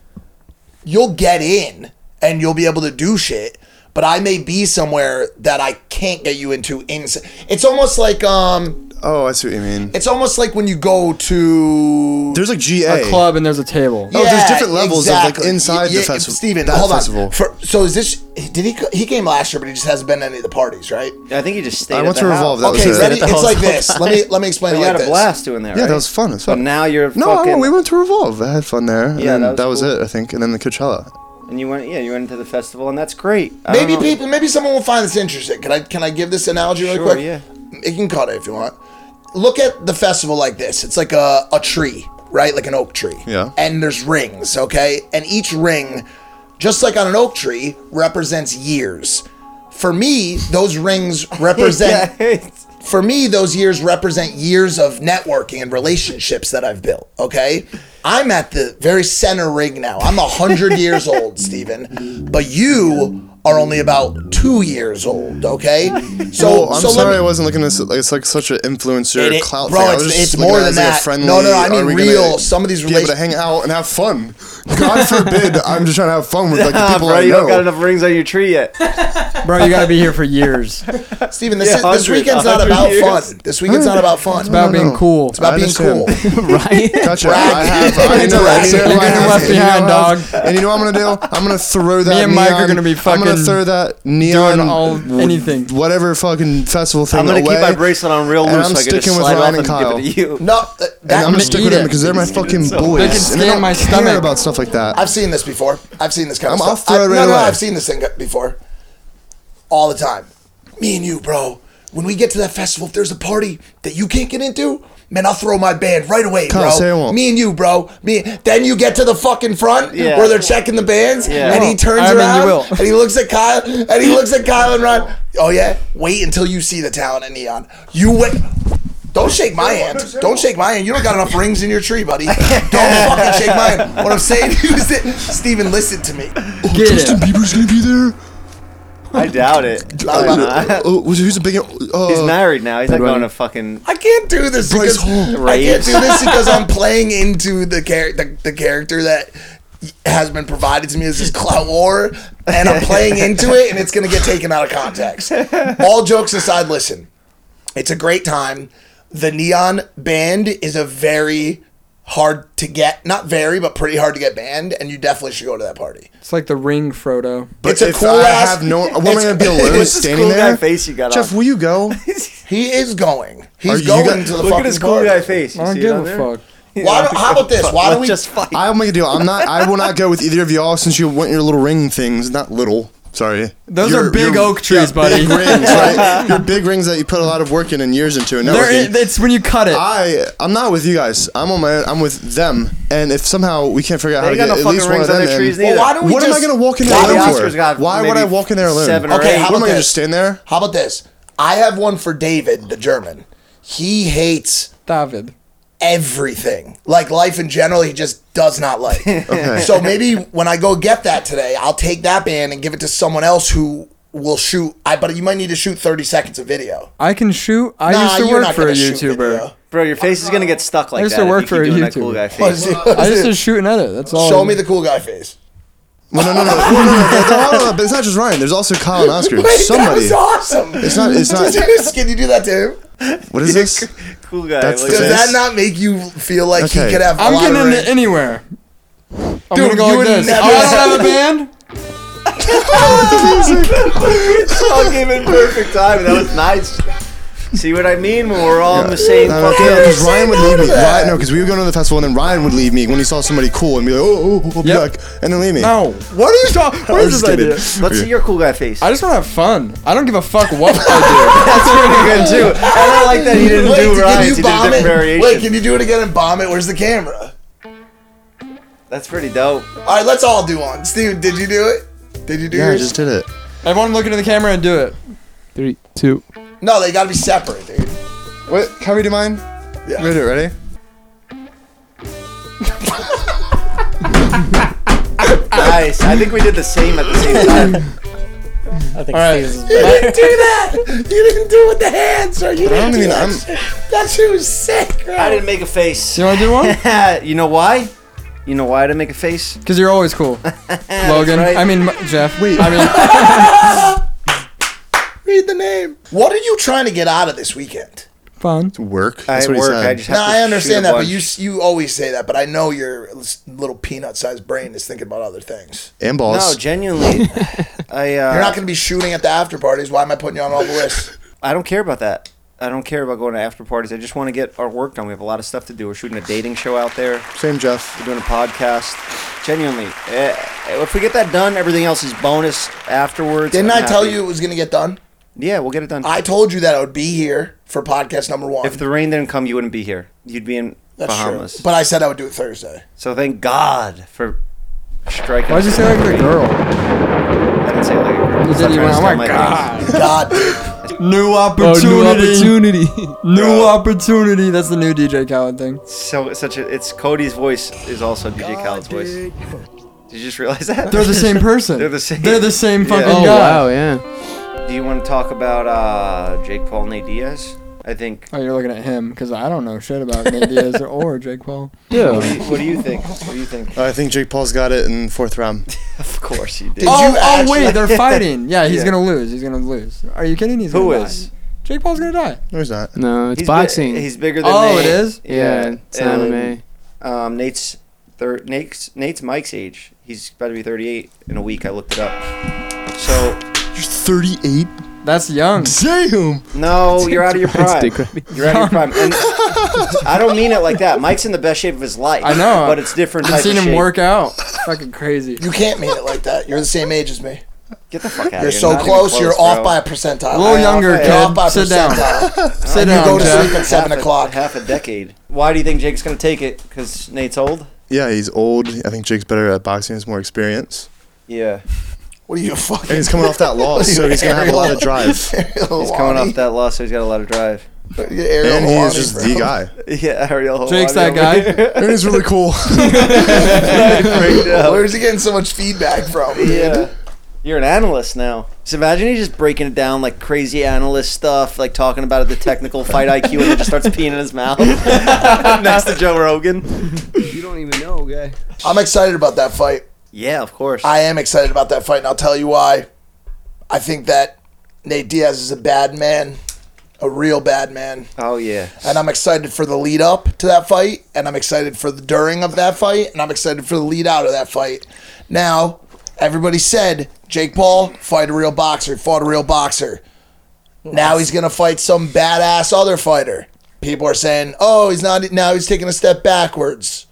S1: You'll get in and you'll be able to do shit, but I may be somewhere that I can't get you into. Inside, it's almost like um,
S7: oh, I see what you mean.
S1: it's almost like when you go to
S7: There's like
S4: A
S7: GA.
S4: club and there's a table.
S7: Oh, there's different levels of, like, inside the festival-
S1: Steven,
S7: that
S1: hold
S7: festival.
S1: on. For, so is this? Did he? He came last year, but he just hasn't been to any of the parties, right?
S2: I think you just stayed.
S7: I
S2: at
S7: went
S2: the
S7: to Revolve,
S2: House.
S7: that was
S1: Okay,
S7: it.
S1: ready?
S7: Stayed at
S2: the
S1: It's
S2: house
S1: like
S2: the whole
S1: this. Let
S2: [laughs]
S1: me let me explain
S2: You
S1: it like
S2: had a
S1: this.
S2: blast doing that.
S7: Yeah,
S2: right?
S7: that was fun. It was
S2: So
S7: fun.
S2: now you're
S7: No, I
S2: fucking,
S7: went, we went to Revolve. I had fun there. And
S2: Yeah,
S7: then
S2: that
S7: that
S2: was
S7: was,
S2: cool.
S7: it, I think. And then the Coachella.
S2: and you went. Yeah, you went into the festival, and that's great. Um, I don't
S1: Maybe
S2: know.
S1: people, maybe someone will find this interesting. Can I can I give this analogy really
S2: Sure,
S1: quick?
S2: yeah.
S1: You can cut it if you want. Look at the festival like this. It's like a, a tree, right? Like an oak tree.
S7: Yeah.
S1: And there's rings, okay? And each ring, just like on an oak tree, represents years. For me, those
S2: [laughs]
S1: rings represent
S2: Yeah, it's-
S1: for me, those years represent years of networking and relationships that I've built. Okay. I'm at the very center ring now. I'm 100 years
S2: [laughs]
S1: old, Steven, but you are only about two years old. Okay. So,
S7: Oh, I'm
S1: so let
S7: sorry
S1: me-
S7: I wasn't looking at this. Like, it's like such an influencer
S1: It- it-
S7: clout
S1: bro,
S7: thing. I
S1: it's-
S7: was just
S1: it's
S7: looking
S1: more
S7: at it
S1: than
S7: as, like,
S1: that.
S7: A friendly,
S1: No, no, no, I mean
S7: are we gonna
S1: real. Some of these
S7: be able to
S1: relation-
S7: hang out and have fun. God forbid, I'm just trying to have fun
S2: [laughs]
S7: with [laughs]
S4: [laughs]
S7: like
S2: Ah,
S7: people
S2: bro,
S7: I
S2: you don't got
S7: know. [laughs]
S2: enough rings on your tree yet.
S4: Bro, you got to be here for years.
S1: [laughs] Steven, this,
S2: Yeah,
S1: is- this
S2: 100,
S1: weekend's not
S2: 100
S1: about
S2: years.
S1: fun. This weekend's not about fun. It's
S4: about being cool.
S1: It's about
S7: I
S1: being cool.
S7: understand.
S6: Ryan,
S2: [laughs]
S7: Gotcha. I have. I know. I
S4: You're
S7: know I
S4: getting
S7: have
S4: left
S7: it. You know
S4: behind,
S7: what else?
S4: dog.
S7: And you know what I'm gonna do? I'm
S2: [laughs]
S7: gonna throw that.
S4: and Mike are
S7: neon-
S4: gonna be
S7: I'm gonna
S4: fucking
S7: throw that neon
S4: all- anything.
S7: whatever fucking festival thing
S2: I'm gonna
S7: away,
S2: keep my bracelet on real
S7: and
S2: loose.
S7: I'm
S2: so I can just
S7: sticking with
S2: slide
S7: Ryan
S2: off
S7: and
S2: and
S7: Kyle.
S2: give it to you.
S1: No, th- that,
S7: And I'm
S4: gonna
S7: gonna stick
S4: eat
S7: with
S4: it.
S7: them because they're my fucking boys. and I
S4: They can scan
S7: don't
S4: my
S7: care
S4: stomach.
S7: about stuff like that.
S1: I've seen this before. I've seen this kind
S7: I'm-
S1: of
S7: I'll
S1: stuff.
S7: throw it
S1: I-
S7: right
S1: no, no,
S7: away.
S1: I've seen this thing before. All the time. Me and you, bro. When we get to that festival, if there's a party that you can't get into, man, I'll throw my band right away,
S7: Can't
S1: bro.
S7: say I won't.
S1: Me and you, bro. Me. Then you get to the fucking front
S2: Yeah.
S1: where they're checking the bands,
S2: Yeah.
S1: and he turns
S4: I mean, you
S1: around
S4: will.
S1: and he looks at Kyle and he looks at Kyle and Ron. Oh yeah, wait until you see the talent in Neon. You went. Don't shake my hand. Don't shake my hand. You don't got enough rings in your tree, buddy. Don't fucking shake my hand. What I'm saying [laughs] is that Steven, listen to me.
S4: Get
S7: Justin
S4: it.
S7: Bieber's gonna be there.
S2: I doubt
S7: [laughs]
S2: it.
S7: Uh, uh, who's a big? Uh,
S2: He's married now. He's not going to fucking.
S1: I can't do this because
S7: Bryce Hall.
S1: I can't
S2: Raves.
S1: do this because
S7: [laughs]
S1: I'm playing into the character the, the character that has been provided to me as this clout war, and I'm playing into it, and it's gonna get taken out of context. All jokes aside, listen, it's a great time. The Neon Band is a very hard to get, not very, but pretty hard to get band, and you definitely should go to that party.
S4: It's like the ring, Frodo.
S7: But
S1: it's a
S7: if
S1: cool
S7: I
S1: ass- [laughs]
S7: have no. What am I
S1: it's-
S7: gonna be alone
S2: What's this
S7: standing
S2: cool guy
S7: there?
S2: face you got
S7: Jeff,
S2: on?
S7: will
S1: [laughs]
S7: you go?
S1: He is going.
S7: Are
S1: He's
S7: you
S1: going
S7: guys-
S1: to the
S2: Look
S1: fucking
S2: at his cool
S1: party.
S2: guy face. You
S4: I don't
S2: see it
S4: give
S2: on
S4: a
S2: there? [laughs]
S4: fuck.
S1: Why don't, how about this? Why
S2: Let's
S1: don't we
S2: just fight?
S7: I'll make a deal. I'm not. I will not go with either of y'all since you want your little ring things. Not little. Sorry.
S4: Those
S7: Your-
S4: are big
S7: your-
S4: oak trees, buddy. [laughs]
S7: Big rings, right? [laughs] Your big rings that you put a lot of work in and years into. And
S4: They're-
S7: networking.
S4: it's when you cut it.
S7: I I'm not with you guys. I'm on my own. I'm with them. And if somehow we can't figure out how
S2: They
S7: to
S2: ain't got
S7: get
S2: no
S7: at least
S2: fucking rings
S7: one of
S2: on
S7: them
S2: their trees
S7: in,
S2: neither.
S1: Well, why don't we
S7: what am I
S1: just-
S7: gonna walk in there
S1: Why
S2: Bobby
S1: don't
S7: alone
S1: we-
S2: Oscar's got
S7: for? Why would
S2: maybe
S7: I walk in there alone?
S2: seven or
S1: Okay,
S2: eight.
S1: how
S7: What am I
S1: about
S7: gonna
S1: this?
S7: just stand there?
S1: How about this? I have one for David, the German. He hates
S4: David.
S1: everything. Like life in general, he just does not
S2: [laughs]
S1: like. So maybe when I go get that today, I'll take that band and give it to someone else who will shoot. I but you might need to shoot 30 seconds of video.
S4: I can shoot. I
S1: Nah,
S4: used to
S1: you're
S4: work
S1: not
S4: for a
S1: gonna shoot
S4: YouTuber.
S1: video.
S2: Bro, your face is gonna get stuck like
S4: I used
S2: that.
S4: to
S2: if
S4: work
S2: you keep
S4: for a
S2: doing that
S4: YouTuber.
S2: cool guy
S1: What is
S2: face.
S1: it?
S4: I just was shooting at it. That's all.
S1: Show me the cool guy face.
S7: Well, no, no, no, no, no, no, no, no, no, no, no, But it's not just Ryan. There's also Kyle and Oscar.
S1: Wait, that
S7: Somebody.
S1: was awesome.
S7: It's not- it's
S1: [laughs]
S7: not-
S1: Can you do that to him?
S7: What is this?
S2: Cool guy.
S7: That's
S2: like
S7: the
S1: Does
S2: that.
S1: that
S7: face.
S1: not make you feel like he
S7: Okay.
S1: could have? a
S4: I'm
S1: lot of
S4: getting
S1: range? [laughs]
S4: into anywhere. I'm
S1: Dude,
S4: gonna go
S1: you
S4: like
S1: would
S4: this.
S1: never-
S4: Oh, I don't have a band.
S2: all came in perfect time. That was nice. See what I mean? When we're all in the same
S7: No, no,
S2: fucking.
S7: because Ryan would
S1: no
S7: leave
S1: to
S7: me.
S1: that.
S7: Ryan, no, because we would go to the festival and then Ryan would leave me when he saw somebody cool and be like, oh, oh, oh,
S4: Yep.
S7: yuck, and then leave me.
S4: No.
S7: [laughs]
S4: What are you talking?
S7: I
S4: Where's
S7: was
S4: this
S7: just
S4: idea?
S7: kidding.
S2: Let's see your cool guy face.
S4: I just want to have fun. I don't give a fuck what I
S2: [laughs] That's pretty good too. And I like that he didn't
S1: Wait,
S2: do
S1: can
S2: Ryan's. He
S1: you
S2: did a
S1: bomb
S2: different
S1: it?
S2: variation.
S1: Wait, can you do it again and bomb it? Where's the camera?
S2: That's pretty dope.
S1: All right, let's all do one. Steve, did you do it? Did you do
S7: Yeah, I
S1: yours?
S7: just did it.
S4: do. Everyone look into the camera and do it. Three, two.
S1: No, they gotta be separate, dude.
S7: Wait, can we do mine?
S1: Yeah.
S7: We're gonna do it, ready?
S2: Nice. I think we did the same at the same time.
S6: I think
S4: All right.
S6: Steve's
S1: [laughs] You
S4: [laughs]
S1: didn't do that. You didn't do it with the hands, sir. You
S7: I
S1: didn't
S7: don't
S1: do
S7: even.
S1: that.
S7: I'm.
S1: That shit was sick, bro.
S2: I didn't make a face.
S4: Do you want to do
S2: [laughs]
S4: one?
S2: you know why? You know why I didn't make a
S7: [laughs]
S2: face?
S4: Because you're
S2: [laughs]
S4: always cool, Logan.
S2: right.
S4: I mean, M- Jeff. Wait. I mean,
S1: read the name. What are you trying to get out of this weekend?
S4: fun.
S7: Work.
S2: I
S7: That's what
S2: work.
S7: he said.
S2: I just have
S1: No,
S2: to
S1: I understand
S2: shoot a
S1: that, but you
S2: [laughs] bunch.
S1: s- you always say that, but I know your little peanut-sized brain is thinking about other things.
S7: and
S2: No,
S7: balls.
S2: genuinely, I uh,
S1: You're not going to be shooting at the after parties. Why am I putting you on all the
S2: [laughs]
S1: lists?
S2: I don't care about that. I don't care about going to after parties. I just want to get our work done. We have a lot of stuff to do. We're shooting a dating show out there.
S7: Same Jeff.
S2: We're doing a podcast. Genuinely, eh, if we get that done, everything else is bonus afterwards.
S1: Didn't
S2: I'm
S1: I tell
S2: happy.
S1: you it was going to get done?
S2: Yeah, we'll get it done.
S1: I told you that I would be here for podcast number one.
S2: if the rain didn't come, you wouldn't be here. You'd be in
S1: That's
S2: Bahamas.
S1: true. But I said I would do it Thursday.
S2: so thank God for striking.
S4: Why'd you say like the girl?
S2: I didn't say like a girl.
S4: You
S2: Stop
S4: said you
S2: trying to
S4: went, oh
S2: steal
S4: my
S2: my
S4: god. Oh,
S1: God, dude.
S2: [laughs]
S4: New opportunity. new opportunity. [laughs] new opportunity. That's the new DJ Khaled thing.
S2: things. So such a. It's Cody's voice is also DJ Khaled's voice. Did you just realize that?
S4: They're the same person.
S2: They're the same.
S4: They're the same
S2: Yeah.
S4: fucking
S2: Oh,
S4: guy.
S10: yeah.
S2: Do you want to talk about uh, Jake Paul, Nate Diaz? I think.
S4: Oh, you're looking at him because I don't know shit about Nate Diaz
S2: [laughs]
S4: or, or Jake Paul.
S2: What do
S10: Yeah.
S2: you, what do you think? What do you think?
S7: Oh, I think Jake Paul's got it in fourth round.
S2: [laughs] Of course you did.
S1: Did
S4: Oh,
S1: you
S4: oh
S1: actually-
S4: wait, they're fighting. Yeah, he's
S2: Yeah.
S4: gonna lose. He's gonna lose. Are you kidding? He's
S2: Who
S4: gonna
S2: is?
S4: Die. Jake Paul's gonna die.
S7: No, he's not.
S10: No, it's
S2: He's bi-
S10: boxing.
S2: he's bigger than.
S4: Oh,
S2: Nate.
S4: it is.
S10: yeah, it's not
S2: and,
S10: MMA.
S2: Um, Nate's thir- Nate's Nate's Mike's age. He's about to be 38 in a week. I looked it up. So
S7: You're 38.
S4: That's young.
S7: Damn.
S2: no, you're out of your prime.
S10: Stick with me.
S2: You're out of your prime. And I don't mean it like that. Mike's in the best shape of his life.
S4: I know.
S2: but it's different.
S4: I've
S2: type
S4: seen
S2: of
S4: him
S2: shape.
S4: work out. Fucking crazy.
S1: You can't mean it like that. You're the same age as me.
S2: Get the fuck out.
S1: You're so close, You're off by a percentile.
S4: A little younger,
S2: I-
S1: You're off by
S4: kid.
S1: a
S4: Sit down.
S2: Uh,
S1: percentile.
S4: [laughs] Sit
S1: You
S4: down,
S1: go to
S4: Jeff.
S1: sleep at seven o'clock.
S2: half a decade. Why do you think Jake's gonna take it? Because Nate's old.
S7: Yeah, he's old. I think Jake's better at boxing. He's more experience.
S2: Yeah,
S1: What are you
S7: And
S1: fucking?
S7: he's coming off that
S1: [laughs]
S7: loss, so he's gonna have a lot of drive.
S2: he's coming off that loss, so he's got a lot of drive.
S7: And he is just the guy.
S2: [laughs] Yeah, Ariel.
S4: Jake's that
S2: Helwani [laughs] over
S4: guy.
S7: And he's really cool.
S2: here. Right now.
S1: Where's he getting so much feedback from? dude?
S2: Yeah. You're an analyst now. So imagine he's just breaking it down like crazy analyst stuff, like talking about the technical fight IQ, and then just starts peeing in his mouth [laughs] next to Joe Rogan.
S10: You don't even know, guy.
S1: I'm excited about that fight.
S2: Yeah, of course.
S1: I am excited about that fight, and I'll tell you why. I think that Nate Diaz is a bad man, a real bad man.
S2: oh yeah.
S1: and I'm excited for the lead up to that fight, and I'm excited for the during of that fight, and I'm excited for the lead out of that fight. Now, everybody said Jake Paul fight a real boxer, fought a real boxer. Now he's gonna fight some badass other fighter. People are saying, "Oh, he's not now. He's taking a step backwards."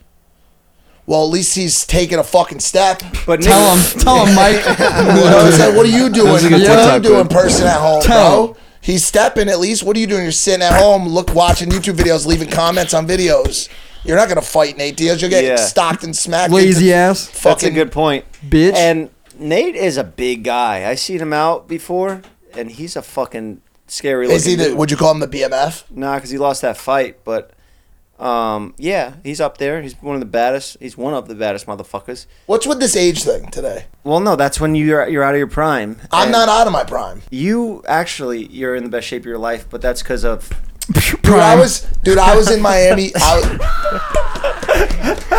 S1: Well, at least he's taking a fucking step.
S2: But
S4: tell him. Tell him, Mike.
S1: You know what I'm saying? What are you doing?
S4: good
S1: what are you
S4: TikTok
S1: doing,
S4: clip.
S1: person at home,
S4: Tell
S1: bro? He's stepping at least. What are you doing? You're sitting at home, look, watching YouTube videos, leaving comments on videos. You're not gonna fight Nate Diaz. You'll get
S2: Yeah.
S1: stocked and smacked.
S4: Lazy
S1: into
S4: ass.
S2: That's a
S1: Fucking
S2: good point.
S4: Bitch.
S2: And Nate is a big guy. I seen him out before, and he's a fucking scary.
S1: Is he
S2: looking
S1: the?
S2: dude.
S1: Would you call him the BMF?
S2: Nah, because he lost that fight. But um, yeah, he's up there. He's one of the baddest. He's one of the baddest motherfuckers.
S1: What's with this age thing today?
S2: Well, no, that's when you're you're out of your prime.
S1: I'm
S2: And
S1: not out of my prime.
S2: You actually, you're in the best shape of your life, but that's because of
S1: Dude, I
S4: Prime.
S1: was, dude, I was in Miami. I,
S4: [laughs]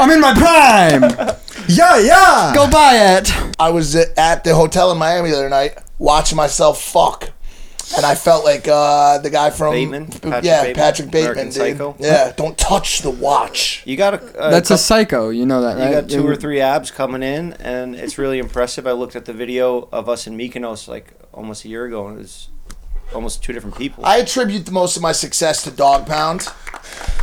S4: I'm in my prime.
S5: Yeah, yeah.
S4: Go buy it.
S1: I was at the hotel in Miami the other night watching myself fuck. And I felt like uh, the guy from
S2: Bateman? Patrick
S1: yeah,
S2: Bateman?
S1: Patrick Bateman,
S2: American
S1: dude.
S2: Psycho?
S1: Yeah, don't touch the watch.
S2: You got a, a
S4: That's a
S2: couple-
S4: psycho. You know that, right?
S2: Uh, You got two
S4: Yeah.
S2: or three abs coming in, and it's really impressive. I looked at the video of us in Mykonos like almost a year ago, and it was almost two different people.
S1: I attribute the most of my success to dog pound,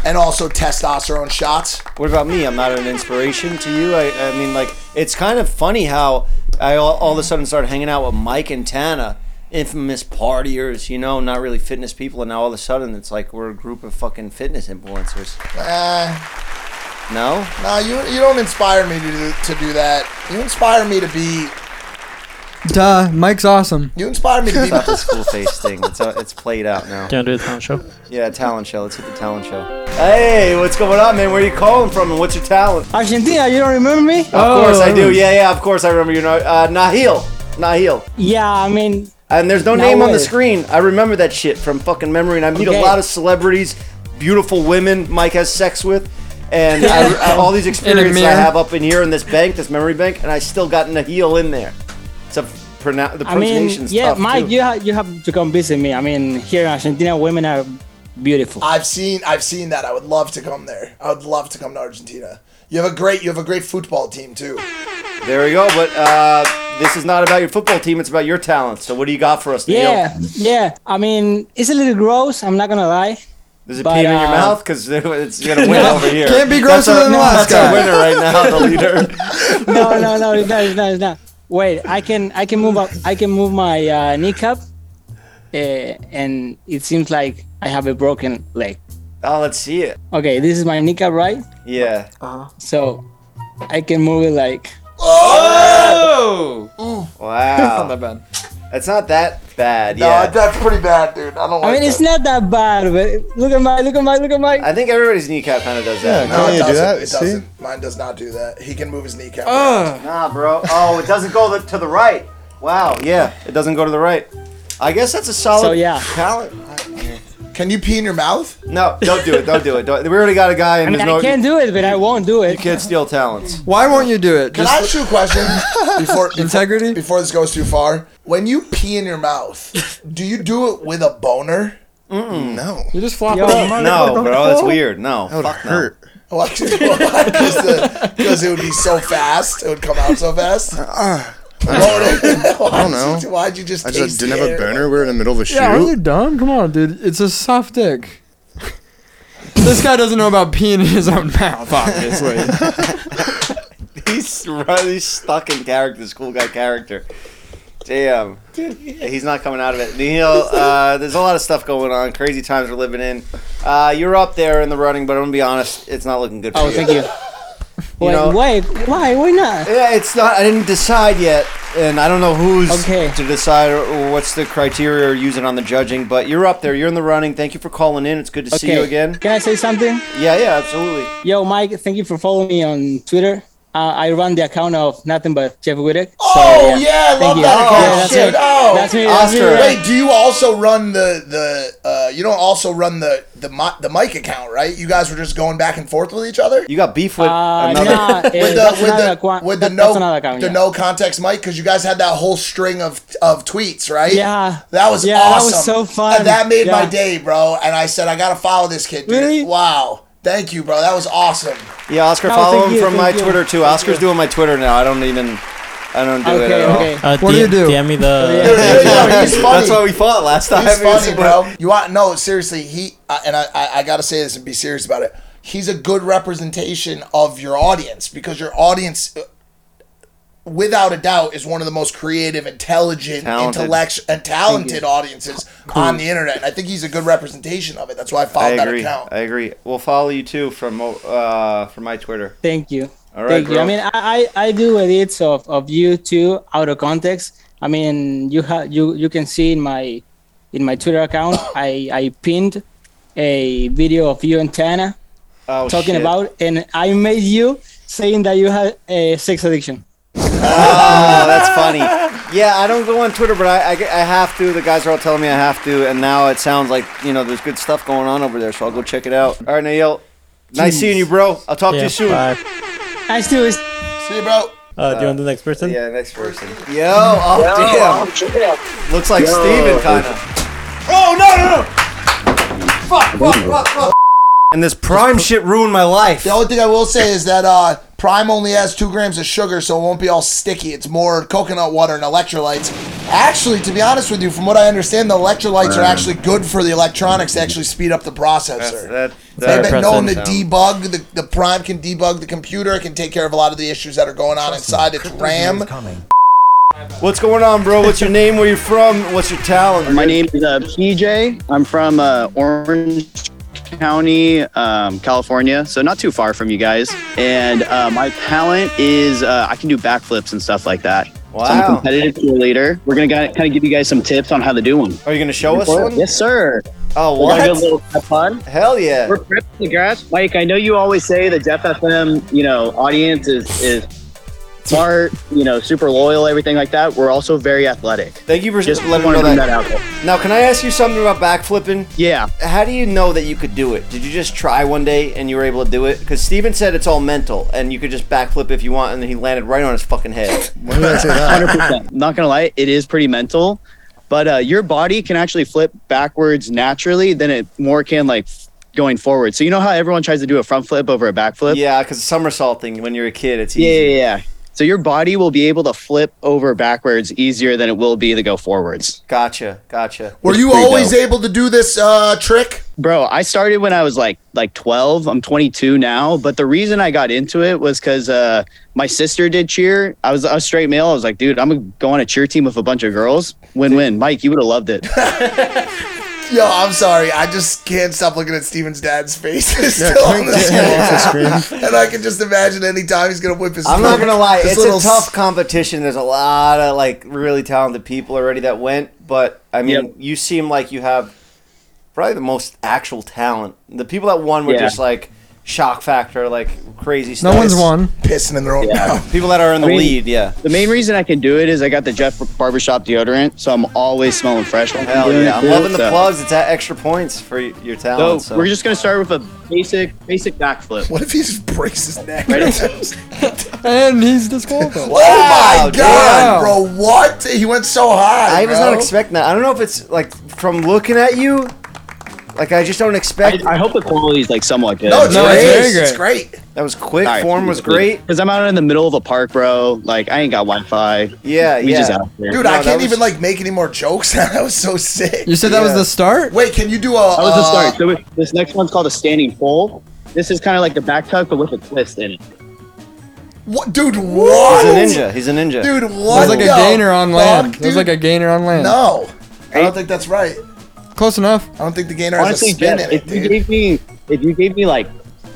S1: and also testosterone shots.
S2: what about me? I'm not an inspiration to you. I, I mean, like, it's kind of funny how I all, all of a sudden started hanging out with Mike and Tana, infamous partiers, you know, not really fitness people, and now all of a sudden it's like we're a group of fucking fitness influencers.
S1: Eh,
S2: No?
S1: nah, you you don't inspire me to do, to do that. You inspire me to be.
S4: Duh, Mike's awesome.
S1: You inspire me to be.
S2: Not the school face thing. It's, uh, it's played out now.
S6: Do you want to do the talent show?
S2: Yeah, talent show. Let's hit the talent show. Hey, what's going on, man? Where are you calling from, and what's your talent? Of
S10: Argentina, you don't remember me?
S2: course I
S9: Oh.
S2: do. Yeah, yeah. Of course I remember you. Know, uh, Nahil, Nahil.
S10: Yeah, I mean,
S2: And there's no name on the
S10: way.
S2: screen. I remember that shit from fucking memory. And I meet a
S10: Okay.
S2: lot of celebrities, beautiful women Mike has sex with, and
S10: [laughs]
S2: I, I- all these experiences I
S4: mirror.
S2: have up in here in this bank, this memory bank, and I still got Nahil in there. It's a pronoun. The
S10: I mean,
S2: pronunciation's
S10: yeah,
S2: tough
S10: Mike,
S2: too.
S10: you, ha- you have to come visit me. I mean, here in Argentina, women are beautiful.
S1: I've seen I've seen that. I would love to come there. I would love to come to Argentina. You have a great you have a great football team too.
S2: There we go. But uh, this is not about your football team. It's about your talent. So what do you got for us, Nahil?
S10: Yeah, yeah. I mean, it's a little gross. I'm not gonna lie.
S2: Does it
S10: But,
S2: pee in your
S10: uh,
S2: mouth? Because it's gonna win
S4: [laughs]
S2: over here.
S4: Can't be grosser
S2: That's a-
S4: than the last
S2: That's our
S4: guy.
S2: winner right now,
S4: [laughs]
S2: the
S10: [laughs]
S2: leader.
S10: No, no, no. It's not. It's not. It's not. Wait, I can, I can move up. I can move my uh, kneecap, uh, and it seems like I have a broken leg.
S2: Oh, let's see it.
S10: Okay, this is my kneecap, right?
S2: Yeah.
S10: Uh-huh. So, I can move it like.
S4: Oh,
S2: Wow.
S4: bad.
S2: It's not that bad.
S1: No,
S2: Yeah.
S1: Uh, that's pretty bad, dude. I don't
S10: I
S1: like
S10: mean, it's
S1: that.
S10: not that bad, but look at my, look at my, look at my.
S2: I think everybody's kneecap kind of does that.
S7: Yeah. Can
S1: it
S7: you do
S1: doesn't.
S7: that?
S1: It
S7: See?
S1: doesn't. Mine does not do that. He can move his kneecap.
S4: Ugh.
S2: Nah, bro.
S1: Uh,
S2: Oh, it doesn't go the, to the right. Wow. Yeah, it doesn't go to the right. I guess that's a solid
S10: So, yeah.
S2: talent.
S1: Can you pee in your mouth?
S2: No, don't do it. Don't do it. Don't, we already got a guy, and
S10: I mean,
S2: there's no.
S10: I can do it, but I won't do it.
S2: Can't steal talents.
S4: Why won't you do it?
S1: Can
S4: Just
S1: I ask you a question
S4: [laughs]
S1: before, before
S4: integrity?
S1: before this goes too far? When you pee in your mouth, do you do it with a boner?
S7: No,
S4: you just flop
S10: Yo.
S4: it up. [laughs]
S2: No, bro. That's
S1: [laughs]
S2: weird. No.
S7: that would
S2: Fuck
S10: [laughs]
S2: no.
S7: hurt.
S1: Because it would be so fast. It would come out so
S7: [sighs]
S1: fast. I
S7: don't know.
S1: [laughs] Why'd you just?
S7: I just
S1: taste
S7: didn't
S1: the
S7: have a
S1: air?
S7: boner. We're in the middle of a shoot.
S4: Yeah, are you dumb? Come on, dude. It's a soft dick. [laughs] this guy doesn't know about peeing in his own mouth, obviously.
S2: [laughs] He's really stuck in character, this cool guy character. Damn. He's not coming out of it. Neil, uh, there's a lot of stuff going on. Crazy times we're living in. Uh, you're up there in the running, but I'm going to be honest, it's not looking good for
S10: Oh,
S2: you.
S10: thank you. Wait,
S2: know-
S10: wait, why, why not?
S2: Yeah, it's not. I didn't decide
S10: [laughs]
S2: yet, and I don't know who's
S10: Okay.
S2: to decide or- or what's the criteria you're using on the judging, but you're up there. You're in the running. Thank you for calling in. It's good to see you again.
S10: Can I say something?
S2: Yeah, yeah, absolutely.
S10: Yo, Mike, thank you for following me on Twitter. Uh, I run the account of nothing but Jeff Wittek.
S1: Oh yeah, I love
S10: you.
S1: that.
S10: Oh,
S1: account.
S10: that's
S1: Shit.
S10: it.
S1: Oh,
S10: That's me.
S2: Oscar.
S10: That's me.
S1: Wait, do you also run the the? Uh, you don't also run the the mi- the mic account, right? You guys were just going back and forth with each other.
S2: You got beef with
S10: Uh,
S2: another.
S10: nah, eh,
S1: With the
S10: that's
S1: with
S10: another
S1: the
S10: account.
S1: with the
S10: That- that's
S1: no
S10: another account,
S1: the
S10: yeah.
S1: no context mic because you guys had that whole string of of tweets, right?
S10: Yeah.
S1: that was
S10: Yeah, that
S1: awesome.
S10: was so fun.
S1: And that made my
S10: Yeah.
S1: day, bro. And I said I gotta follow this kid. Dude.
S10: Really?
S1: Wow. Thank you, bro. That was awesome.
S2: Yeah, Oscar,
S10: No,
S2: follow
S10: thank
S2: him
S10: you,
S2: from
S10: thank
S2: my
S10: you,
S2: Twitter too.
S10: thank
S2: Oscar's
S10: you.
S2: doing my Twitter now. I don't even, I don't do it
S10: Okay,
S2: at
S10: okay.
S6: Uh,
S4: What do you do?
S6: DM me the.
S10: Yeah, yeah,
S1: yeah,
S2: all.
S1: he's funny.
S2: That's why we fought last time.
S1: He's
S2: It was [laughs]
S1: funny,
S2: about-
S1: bro. You want no seriously? He I and I, I, I got to say this and be serious about it. He's a good representation of your audience because your audience, uh, without a doubt, is one of the most creative, intelligent,
S2: Talented.
S1: intellectual, and talented audiences on the internet. And I think he's a good representation of it. That's why I
S2: I
S1: followed that
S2: agree.
S1: account.
S2: I agree. We'll follow you too from uh from my Twitter.
S10: Thank you.
S2: All right,
S10: Thank you.
S2: bro.
S10: I mean, I, I, I do edits of, of you too out of context. I mean, you have you you can see in my in my Twitter account, I I pinned a video of you and Tana
S2: Oh,
S10: talking
S2: shit.
S10: about, and I made you saying that you had a sex addiction. [laughs]
S2: Oh, that's funny. Yeah, I don't go on Twitter, but I, I, I have to. The guys are all telling me I have to, and now it sounds like you know there's good stuff going on over there, so I'll go check it out. All right, Nail, nice seeing you, bro. I'll talk to
S6: Yeah,
S2: you soon.
S6: bye.
S10: Nice to
S1: See you, bro.
S6: Uh, do you want the next person?
S2: Yeah, next person. Yo, oh damn, looks like Steven kind of. Oh no, no, no! Fuck, fuck, fuck, fuck. And this prime shit ruined my life.
S1: The only thing I will say is that uh, Prime only has two grams of sugar, so it won't be all sticky. It's more coconut water and electrolytes. Actually, to be honest with you, from what I understand, the electrolytes are actually good for the electronics to actually speed up the processor.
S2: That,
S1: They've
S2: that,
S1: been
S6: Impressive.
S1: known to debug the, the Prime can debug the computer. It can take care of a lot of the issues that are going on inside its RAM.
S2: what's going on, bro? What's your name? Where you from? What's your talent?
S11: My name is uh, PJ. I'm from uh, Orange County, um, California, so not too far from you guys. And uh, my talent is uh, I can do backflips and stuff like that. So I'm a
S2: Wow.
S11: competitive cheerleader. We're gonna kind of give you guys some tips on how to do them.
S2: Are you gonna show us one?
S11: Yes, sir.
S2: Oh,
S11: We're gonna do a
S2: what?
S11: little have fun.
S2: Hell yeah.
S11: We're prepping the grass, Mike. I know you always say the Jeff FM, you know, audience is is smart, you know, super loyal, everything like that. We're also very athletic.
S2: Thank you for
S11: Just
S2: just letting me
S11: want
S2: know
S11: to bring
S2: that.
S11: that out there.
S2: Now, can I ask you something about backflipping?
S11: Yeah.
S2: How do you know that you could do it? Did you just try one day and you were able to do it? Because Steven said it's all mental and you could just backflip if you want, and then he landed right on his fucking head.
S7: Why did I say that?
S11: hundred percent. [laughs] Not gonna lie, it is pretty mental, but uh, your body can actually flip backwards naturally than it more can like f- going forward. So you know how everyone tries to do a front flip over a back flip?
S2: yeah, because somersaulting when you're a kid, it's
S11: yeah,
S2: easy.
S11: yeah, yeah. So your body will be able to flip over backwards easier than it will be to go forwards.
S2: Gotcha, gotcha.
S1: Were you
S11: pretty
S1: always
S11: dope.
S1: able to do this uh, trick?
S11: Bro, I started when I was like like 12. I'm 22 now, but the reason I got into it was cuz uh my sister did cheer. I was a straight male. I was like, dude, I'm going to go on a cheer team with a bunch of girls. Win-win. Mike, you would have loved it.
S1: Yo, I'm sorry. I just can't stop looking at Steven's dad's face. [laughs] It's
S7: Yeah,
S1: still
S7: can
S1: on
S7: we
S1: the
S7: get him off the screen?
S1: screen. [laughs] And I can just imagine any time he's gonna whip his.
S2: I'm not gonna lie,
S1: his
S2: it's
S1: little
S2: a
S1: s-
S2: tough competition. There's a lot of like really talented people already that went, but I mean,
S11: Yep.
S2: you seem like you have probably the most actual talent. The people that won were
S11: Yeah.
S2: just like shock factor, like crazy
S4: No
S2: stuff.
S4: one's won.
S1: pissing in their own mouth.
S2: [laughs] People that are in the
S11: mean-
S2: lead, yeah.
S11: The main reason I can do it is I got the Jeff Barbershop deodorant, so I'm always smelling fresh. when I'm
S2: Hell
S11: doing
S2: yeah!
S11: it,
S2: I'm
S11: too,
S2: loving the
S11: so-
S2: plugs. It's at extra points for y- your
S11: So,
S2: talent. So,
S11: we're just gonna start with a basic, basic backflip.
S1: What if he just breaks his neck?
S4: [laughs]
S11: Ready?
S4: And he's disqualified.
S1: [laughs] Oh
S2: Wow,
S1: my god,
S4: damn.
S1: bro! What? He went so high.
S2: I was
S1: bro.
S2: not expecting that. I don't know if it's like from looking at you, like I just don't
S11: I,
S2: expect.
S11: I hope the quality is like somewhat good.
S1: No, it's
S4: No, it's
S1: great.
S4: very
S1: It's great.
S2: that was quick. Form was great.
S11: Cause I'm out in the middle of a park, bro. Like I ain't got Wi-Fi.
S2: Yeah,
S11: we
S2: yeah.
S11: just out there.
S1: Dude,
S2: No,
S1: I
S2: that
S1: can't
S2: was-
S1: even like make any more jokes. [laughs] that was so sick.
S4: You said that was the start?
S1: Wait, can you do a?
S11: that was the
S1: uh,
S11: start. So we- this next one's called a standing pole. This is kind of like the back tuck, but with a twist in it.
S1: What, dude? What?
S2: He's a [laughs] ninja. He's a ninja.
S1: Dude, what?
S4: There's like a
S1: the
S4: gainer on land.
S1: fuck,
S4: There's
S1: dude?
S4: like a gainer on land.
S1: No, I don't think that's right.
S4: Close enough.
S1: I don't think the gainer
S11: Honestly,
S1: has a spin
S11: Jeff,
S1: in
S11: if
S1: it,
S11: you
S1: dude.
S11: gave me, if you gave me like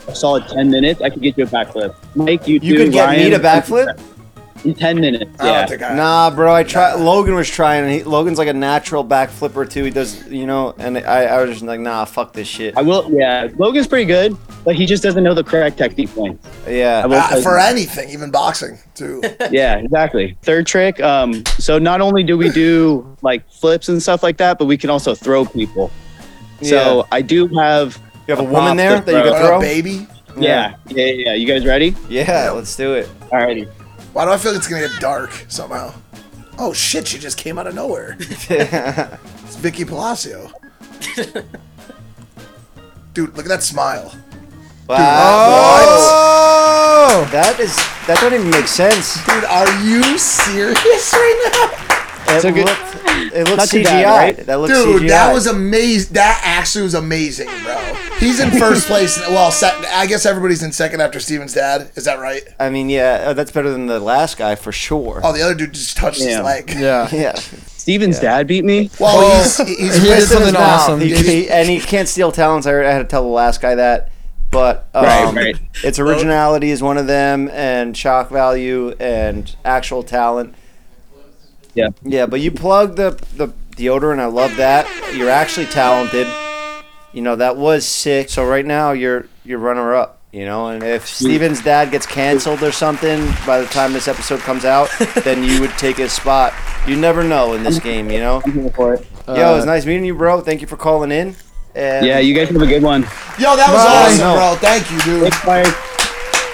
S11: a solid ten minutes, I could get you a backflip. Mike, you
S2: you
S11: too,
S2: could get
S11: Ryan,
S2: me to backflip.
S11: in ten minutes.
S1: I don't
S11: Yeah.
S1: think I.
S2: Nah, bro. I try. Logan was trying. And he, Logan's like a natural backflipper too. He does, you know. And I, I was just like, nah, fuck this shit.
S11: I will. Yeah, Logan's pretty good, but he just doesn't know the correct technique points. I
S2: Yeah.
S11: will
S1: Uh,
S11: tell
S1: for
S11: you.
S1: anything, even boxing
S2: [laughs]
S1: too.
S11: yeah, exactly. Third trick. Um, so not only do we do like flips and stuff like that, but we can also throw people.
S2: Yeah.
S11: So I do have.
S2: You have a
S11: a prop
S2: woman there
S11: to
S2: that you
S11: throw.
S2: could
S1: What up,
S2: throw.
S1: baby?
S11: Yeah, yeah, yeah. yeah. You guys ready?
S2: Yeah. Let's do it.
S11: Alrighty.
S1: Why do I feel like it's gonna get dark somehow? Oh shit! She just came out of nowhere. it's Vicky Palacio. Dude, look at that smile.
S2: Wow.
S4: Oh!
S2: That is. That doesn't even make sense.
S1: Dude, are you serious right now?
S2: It
S11: So good-
S2: looked, it looked
S11: Not
S2: CGI.
S11: too bad, right?
S2: That looked
S1: Dude,
S2: CGI.
S1: that was amazing. That actually was amazing, bro. He's in first place. Well, sec- I guess everybody's in second after Steven's dad. Is that right?
S2: I mean, yeah, uh, that's better than the last guy for sure.
S1: Oh, the other dude just touched his
S11: Yeah.
S1: leg. [laughs]
S4: Yeah.
S2: Yeah,
S11: Steven's dad beat me.
S1: Well, he's,
S4: [laughs]
S1: he's
S4: He did
S1: pissed in his
S4: something
S1: mouth.
S4: awesome.
S2: He- he- and he can't steal talents. I, I had to tell the last guy that, but um,
S11: Right, right.
S2: its originality is one of them, and shock value and actual talent.
S11: Yeah.
S2: yeah, but you plug the the deodorant. I love that. You're actually talented. You know that was sick. So right now you're you're runner up. You know, and if Steven's dad gets canceled or something by the time this episode
S11: [laughs]
S2: comes out, then you would take his spot. You never know in this game, you know?
S11: for it. Uh,
S2: Yo, it was nice meeting you, bro. Thank you for calling in. And
S11: Yeah, you guys have a good one.
S1: Yo, that was
S2: Bye.
S1: awesome,
S2: No.
S1: bro. Thank you, dude.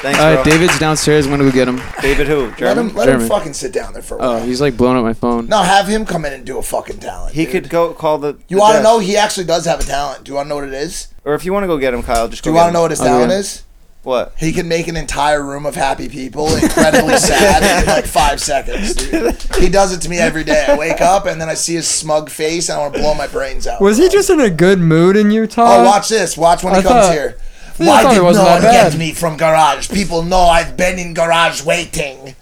S2: Thanks,
S9: All
S2: bro.
S9: right, David's downstairs. I'm gonna go get him.
S2: David who?
S1: Let
S2: German?
S1: him, let him
S9: German.
S1: fucking sit down there for a while.
S9: Oh, he's like blowing up my phone.
S1: No, have him come in and do a fucking talent.
S2: He could go call the.
S1: You
S2: the
S1: want to
S2: desk.
S1: know? He actually does have a talent. Do you want to know what it is?
S2: Or if you want to go get him, Kyle, just
S1: Do
S2: go
S1: you
S2: get
S1: want to
S2: him.
S1: know what his
S11: Oh,
S9: I'll go
S1: talent
S9: get him.
S1: is?
S2: What?
S1: He can make an entire room of happy people
S2: [laughs]
S1: incredibly sad in like five seconds. Dude. He does it to me every day. I wake up and then I see his smug face and I want to blow my brains out.
S4: Was he just in a good mood in Utah?
S1: Oh, watch this. Watch when he
S4: I
S1: comes
S4: thought-
S1: here.
S4: I
S1: Why
S4: thought it
S1: did no
S4: wasn't
S1: one
S4: that bad.
S1: get me from garage? People know I've been in garage waiting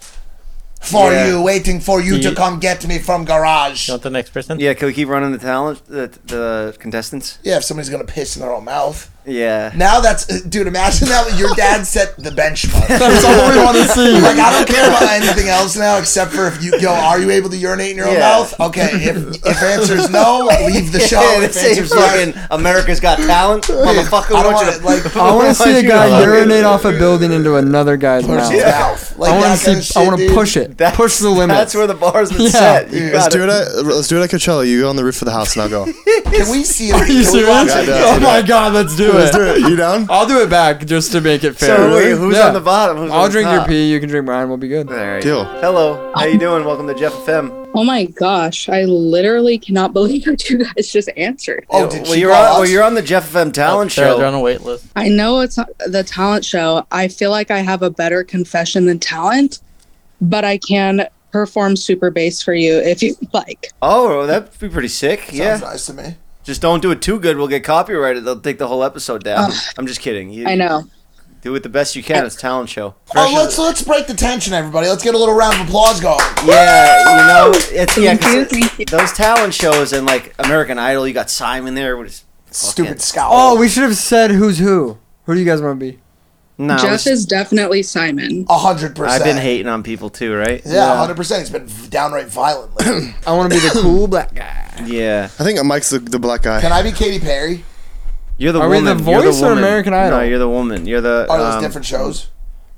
S1: for
S2: Yeah.
S1: you, waiting for you to
S6: Ye-
S1: come get me from garage.
S6: You want the next person?
S2: Yeah, can we keep running the talent, the, the contestants?
S1: Yeah, if somebody's gonna piss in their own mouth.
S2: Yeah.
S1: Now that's uh, dude. Imagine that your dad set the benchmark. That's all we
S4: wanna see.
S1: Like I don't care about anything else now, except for if you yo, are you able to urinate in your own
S2: Yeah.
S1: mouth? Okay.
S2: [laughs]
S1: If if answer is no, leave the show.
S2: Yeah,
S1: if
S2: this ain't
S1: answer's yes,
S2: fucking America's Got Talent, motherfucker.
S1: I don't
S2: want you
S1: want
S2: to-
S1: it,
S2: [laughs]
S1: like-
S4: I want to
S2: want
S4: see a
S2: you
S4: guy
S2: to- [laughs]
S4: urinate off a building into another guy's
S1: Push
S4: mouth.
S1: his mouth. Like
S4: I
S1: that
S4: want
S1: kind
S4: to
S1: of
S4: see. I
S1: shit,
S4: want to
S1: dude.
S4: push it.
S2: That's-
S4: push the limit.
S2: That's [laughs] where the bar's been
S4: Yeah.
S2: set. You got
S7: Let's do it. At, let's do it at Coachella. You go on the roof of the house, and I'll go.
S1: Can we see it?
S4: [laughs] Are you
S1: Can we watch
S4: serious?
S1: it?
S7: Yeah,
S4: oh
S7: dude.
S4: my god, let's do
S7: Let's do
S4: it.
S7: it. You down?
S4: I'll do it back just to make it fair.
S2: So wait, who's
S4: Yeah.
S2: on the bottom? Who's on
S4: I'll
S2: the
S4: drink your
S2: top?
S4: pee. You can drink mine. We'll be good.
S2: All right.
S7: Deal.
S2: Hello. How you doing? Welcome to Jeff FM.
S12: Oh my gosh, I literally cannot [laughs] believe what you guys just answered.
S1: Oh, did
S2: well,
S1: she
S2: you're
S1: go
S2: on,
S1: out?
S2: well, you're on the Jeff FM talent
S6: They're-
S2: show.
S6: They're Oh, on a wait list.
S12: I know it's not the talent show. I feel like I have a better confession than talent, but I can perform super bass for you if you [laughs] like.
S2: Oh, well, that'd be pretty sick. yeah.
S1: Sounds nice to me.
S2: Just don't do it too good. We'll get copyrighted. They'll take the whole episode down. I'm just kidding. You,
S12: I know.
S2: Do it the best you can. It's a talent show.
S1: Oh, let's let's break the tension, everybody. Let's get a little round of applause going.
S2: Yeah, you know, it's yeah,
S12: Thank you,
S2: 'cause
S12: thank you.
S2: those talent shows and like American Idol, you got Simon there. What is
S1: Stupid scowl.
S4: Oh, we should have said who's who. Who do you guys want to be?
S2: no?
S12: Jeff is definitely Simon.
S1: a hundred percent.
S2: I've been hating on people too, right?
S1: Yeah, a hundred percent. He's been downright violent. lately.
S4: [clears throat] I want to be the cool black guy.
S2: Yeah.
S7: I think Mike's the, the black guy.
S1: Can I be Katy Perry?
S2: You're the
S4: Are we
S2: woman.
S4: the
S2: you're the
S4: voice or
S2: woman.
S4: American Idol?
S2: No, you're the woman. You're the.
S1: Are those
S2: um,
S1: different shows?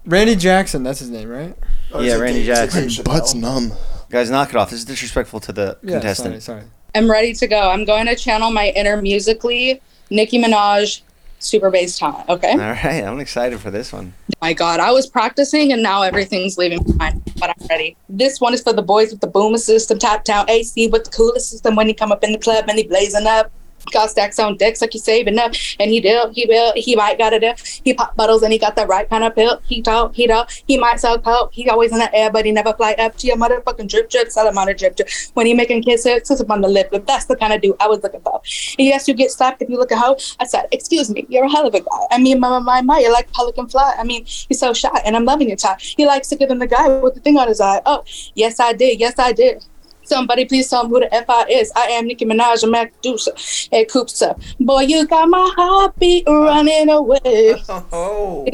S4: Randy Jackson. That's his name, right?
S1: Or is
S2: yeah,
S1: it
S2: Randy
S1: Dave- is it Dave
S2: Jackson.
S1: Chappelle?
S7: Butt's numb.
S2: Guys, knock it off. This is disrespectful to the
S4: Yeah.
S2: contestant.
S4: Sorry. Sorry.
S12: I'm ready to go. I'm going to channel my inner musically Nicki Minaj super bass talent. Okay.
S2: All right, I'm excited for this one.
S12: my God, I was practicing and now everything's leaving behind, but I'm ready. This one is for the boys with the boomer system, top town AC with the coolest system. When he come up in the club and he blazing up, got stacks on decks like he saving up. And he deal, he will, he might got it up. He pop bottles and he got the right kind of pill. He talk, he talk, he might sell coke. He always in the air, but he never fly up to your motherfucking drip drip, salamander drip drip. When he making kiss hits, up on the lip, lip. That's the kind of dude I was looking for. And yes, you get slapped if you look at hoe. I said, excuse me, you're a hell of a guy. I mean, my, my, my, my, you're like pelican fly. I mean, you're so shy and I'm loving your tie. He likes to give him the guy with the thing on his eye. Oh, yes, I did. Yes, I did. Somebody please tell him who the F I is. I am Nicki Minaj and Mac Deuce at Coops up. Boy, you got my heartbeat running away.
S2: Oh.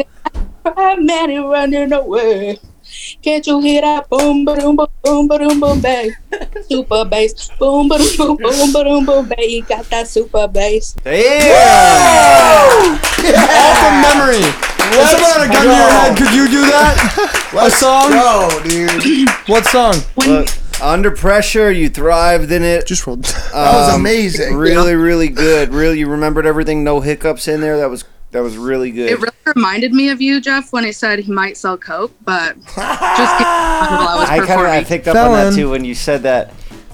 S12: I'm Manny running away. Can't you hear that boom, boom, boom, boom, boom, boom, bang? super bass, boom, boom, [laughs] boom, boom, boom, boom, bang. You got that super bass.
S2: Yeah.
S4: All from memory. If someone had a gun to your head, could you do that? a song?
S1: Yo, dude,
S4: What song?
S2: Look, under pressure, you thrived in it.
S7: Just rolled.
S1: that was
S2: Um,
S1: amazing.
S2: Really, really good. Really, you remembered everything. No hiccups in there. That was that was really good.
S12: It really reminded me of you, Jeff, when he said he might sell coke, but just keep while I was
S2: I kind of I
S12: performing.
S2: picked up on
S4: Felon.
S2: that too when you said that.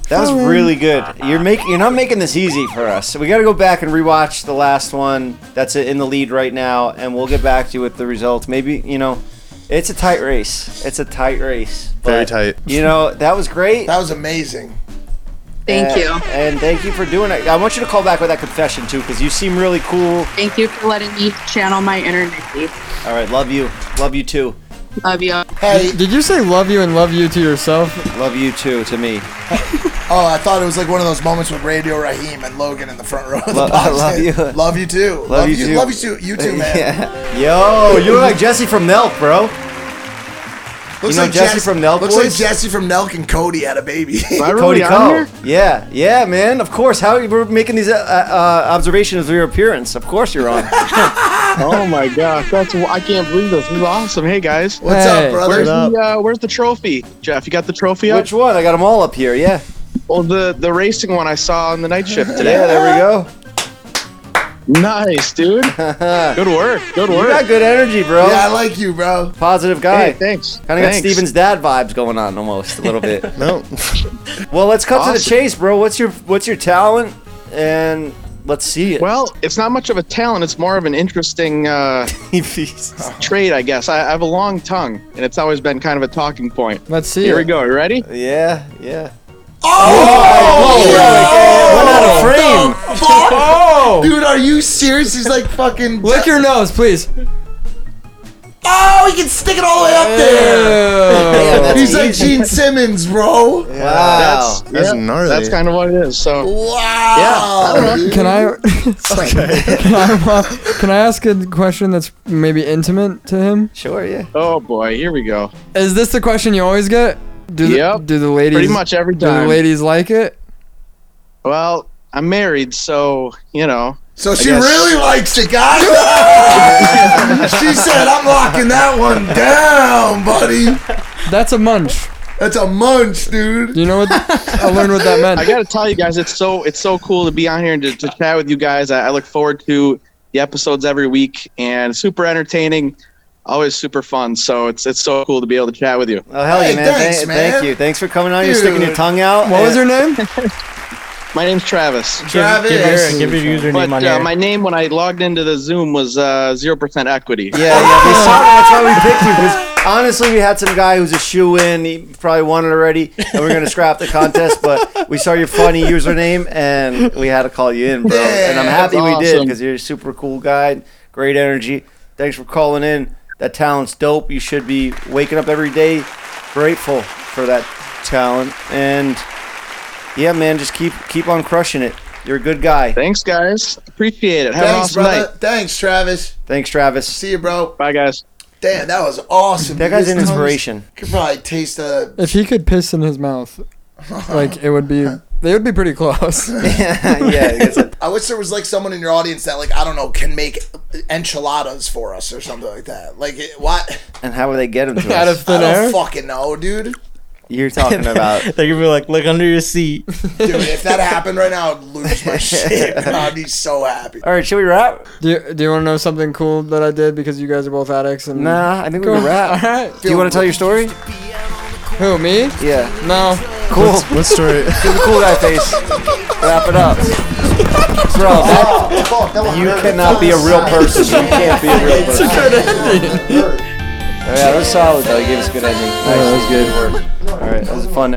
S2: That was really good. You're making you're not making this easy for us. So we got to go back and rewatch the last one. That's it in the lead right now, and we'll get back to you with the results. Maybe you know, it's a tight race. It's a tight race.
S7: Very
S2: but,
S7: tight.
S2: You know that was great.
S1: That was amazing.
S12: Thank
S2: and,
S12: you.
S2: and thank you for doing it. I want you to call back with that confession too, because you seem really cool.
S12: Thank you for letting me channel my inner Nicki.
S2: All right, love you, love you too,
S12: Love you.
S1: Hey,
S4: Did you say love you and love you to yourself?
S2: love you too to me.
S1: oh, I thought it was like one of those moments with Radio Raheem and Logan in the front [laughs] row. Of the
S2: Lo- [laughs]
S1: box.
S2: love you.
S1: love you too. Love,
S2: you too.
S1: Love you too. You too, man.
S2: [laughs] Yeah. Yo, you look like Jesse from Nelk, bro.
S1: Looks
S2: You know Jesse from Nelk
S1: Looks like
S2: Boys?
S1: Jesse from Nelk and Cody had a baby.
S2: [laughs] Cody
S9: on
S2: Cole.
S9: here?
S2: Yeah,
S1: [laughs]
S2: yeah, man. Of course. How we're making these uh, uh, observations of your appearance. Of course, you're on.
S13: oh my gosh, that's I can't believe this. This is awesome. Hey guys,
S2: What's up, Hey. brother?
S13: Where's,
S2: What
S13: The, uh, where's the trophy, Jeff? You got the trophy up?
S2: Which one? I got them all up here. Yeah.
S13: Well, the the racing one I saw on the
S2: [laughs]
S13: night shift today.
S2: Yeah, there we go. [laughs]
S13: Nice, dude. good work. Good
S2: You
S13: work.
S2: got good energy, bro.
S1: Yeah, I like you, bro.
S2: Positive guy.
S13: Hey, thanks.
S2: Kind of got
S13: Thanks.
S2: Steven's dad vibes going on almost a little bit.
S1: [laughs]
S13: [laughs]
S7: no.
S2: well, let's cut to the
S13: Awesome.
S2: chase, bro. What's your what's your talent? And let's see it.
S13: Well, it's not much of a talent. It's more of an interesting uh,
S2: [laughs]
S13: trait, I guess. I, I have a long tongue, and it's always been kind of a talking point.
S4: Let's
S2: see
S13: Here we
S2: it.
S13: go. You ready?
S2: Yeah, yeah.
S1: Oh, out
S2: went
S1: of frame. Oh, dude, are you serious? He's like fucking.
S4: Lick your nose, please.
S1: Oh, he can stick it all the way up there.
S4: Ew. Damn,
S1: He's
S4: that's
S1: like
S4: easy.
S1: Gene Simmons, bro.
S13: That's,
S7: That's gnarly.
S13: That's kind of what it is. So
S1: Wow.
S13: Yeah. I don't know.
S4: Can I?
S1: [laughs]
S4: [laughs] can I? uh, Can I ask a question that's maybe intimate to him?
S2: Sure. Yeah.
S13: Oh boy, here we go.
S4: Is this the question you always get? Do the,
S13: Yep.
S4: Do the ladies?
S13: Pretty much every
S4: Do
S13: time.
S4: the ladies like it?
S13: Well, I'm married, so you know.
S1: So
S13: I
S1: she
S13: guess-
S1: really likes it,
S4: [laughs]
S1: guys. she said, "I'm locking that one down, buddy."
S4: That's a munch.
S1: That's a munch, dude.
S4: You know
S1: [laughs]
S4: what? I learned what that meant.
S13: I gotta tell you guys, it's so it's so cool to be on here and to, to chat with you guys. I, I look forward to the episodes every week and super entertaining, always super fun. So it's it's so cool to be able to chat with you.
S2: Oh hell yeah,
S13: Hey,
S2: man.
S13: thanks,
S2: thank,
S13: man.
S2: thank you. Thanks for coming on. You're sticking your
S13: Dude.
S2: tongue out. Uh,
S13: What was
S2: And-
S4: name?
S13: My name's Travis.
S2: Travis. give your- give your username on
S13: But, uh,
S2: here.
S13: My name when I logged into the Zoom was uh, zero percent equity.
S2: Yeah, yeah. We saw that. That's why we picked you. Because honestly, we had some guy who's a shoe in. He probably won it already, and we're gonna scrap the contest. But we saw your funny username, and we had to call you in, bro. and I'm
S13: Yeah,
S2: happy
S13: that's
S2: we did
S13: awesome.
S2: because you're a super cool guy, great energy. Thanks for calling in. That talent's dope. You should be waking up every day grateful for that talent. And yeah, man, just keep keep on crushing it. You're a good guy.
S13: Thanks, guys. Appreciate it.
S2: Have an
S1: Thanks,
S2: awesome
S1: brother.
S2: night.
S1: Thanks, Travis.
S2: Thanks, Travis.
S1: See you, bro.
S13: Bye, guys.
S1: Damn, that was awesome.
S2: That
S1: dude.
S2: guy's
S1: His
S2: an
S1: tongue's-
S2: inspiration.
S1: Could probably taste
S2: [laughs]
S1: a.
S4: [laughs] If he could piss in his mouth, like it would be, they would be
S2: [laughs]
S4: pretty
S1: [laughs]
S4: close. [laughs]
S1: I wish there was like someone in your audience that like I don't know can make enchiladas for us or something like that. Like it- what?
S2: And how would they get him to
S1: I
S2: us?
S1: don't fucking know, dude.
S2: You're talking about.
S6: They're gonna be like, look under your seat.
S1: Dude, if that happened right now, I'd lose my shit. I'd be so happy.
S2: All right, should we wrap?
S4: Do you, Do you want to know something cool that I did because you guys are both addicts? And
S2: Nah, I think we can
S4: [laughs]
S2: wrap.
S4: All right.
S2: Do you want to tell your story?
S4: Who me?
S2: Yeah.
S4: No.
S2: Cool. What's- [laughs]
S4: what
S7: story?
S2: Give the cool guy face.
S4: [laughs]
S2: Wrap
S1: [laughs]
S2: it up, bro.
S1: Oh,
S2: That, you cannot be a real person. You can't be
S1: [laughs]
S2: a real person. Oh, It's a good ending. Yeah, that was solid though. You gave us a good ending. Nice, that was good. All right, that was a fun.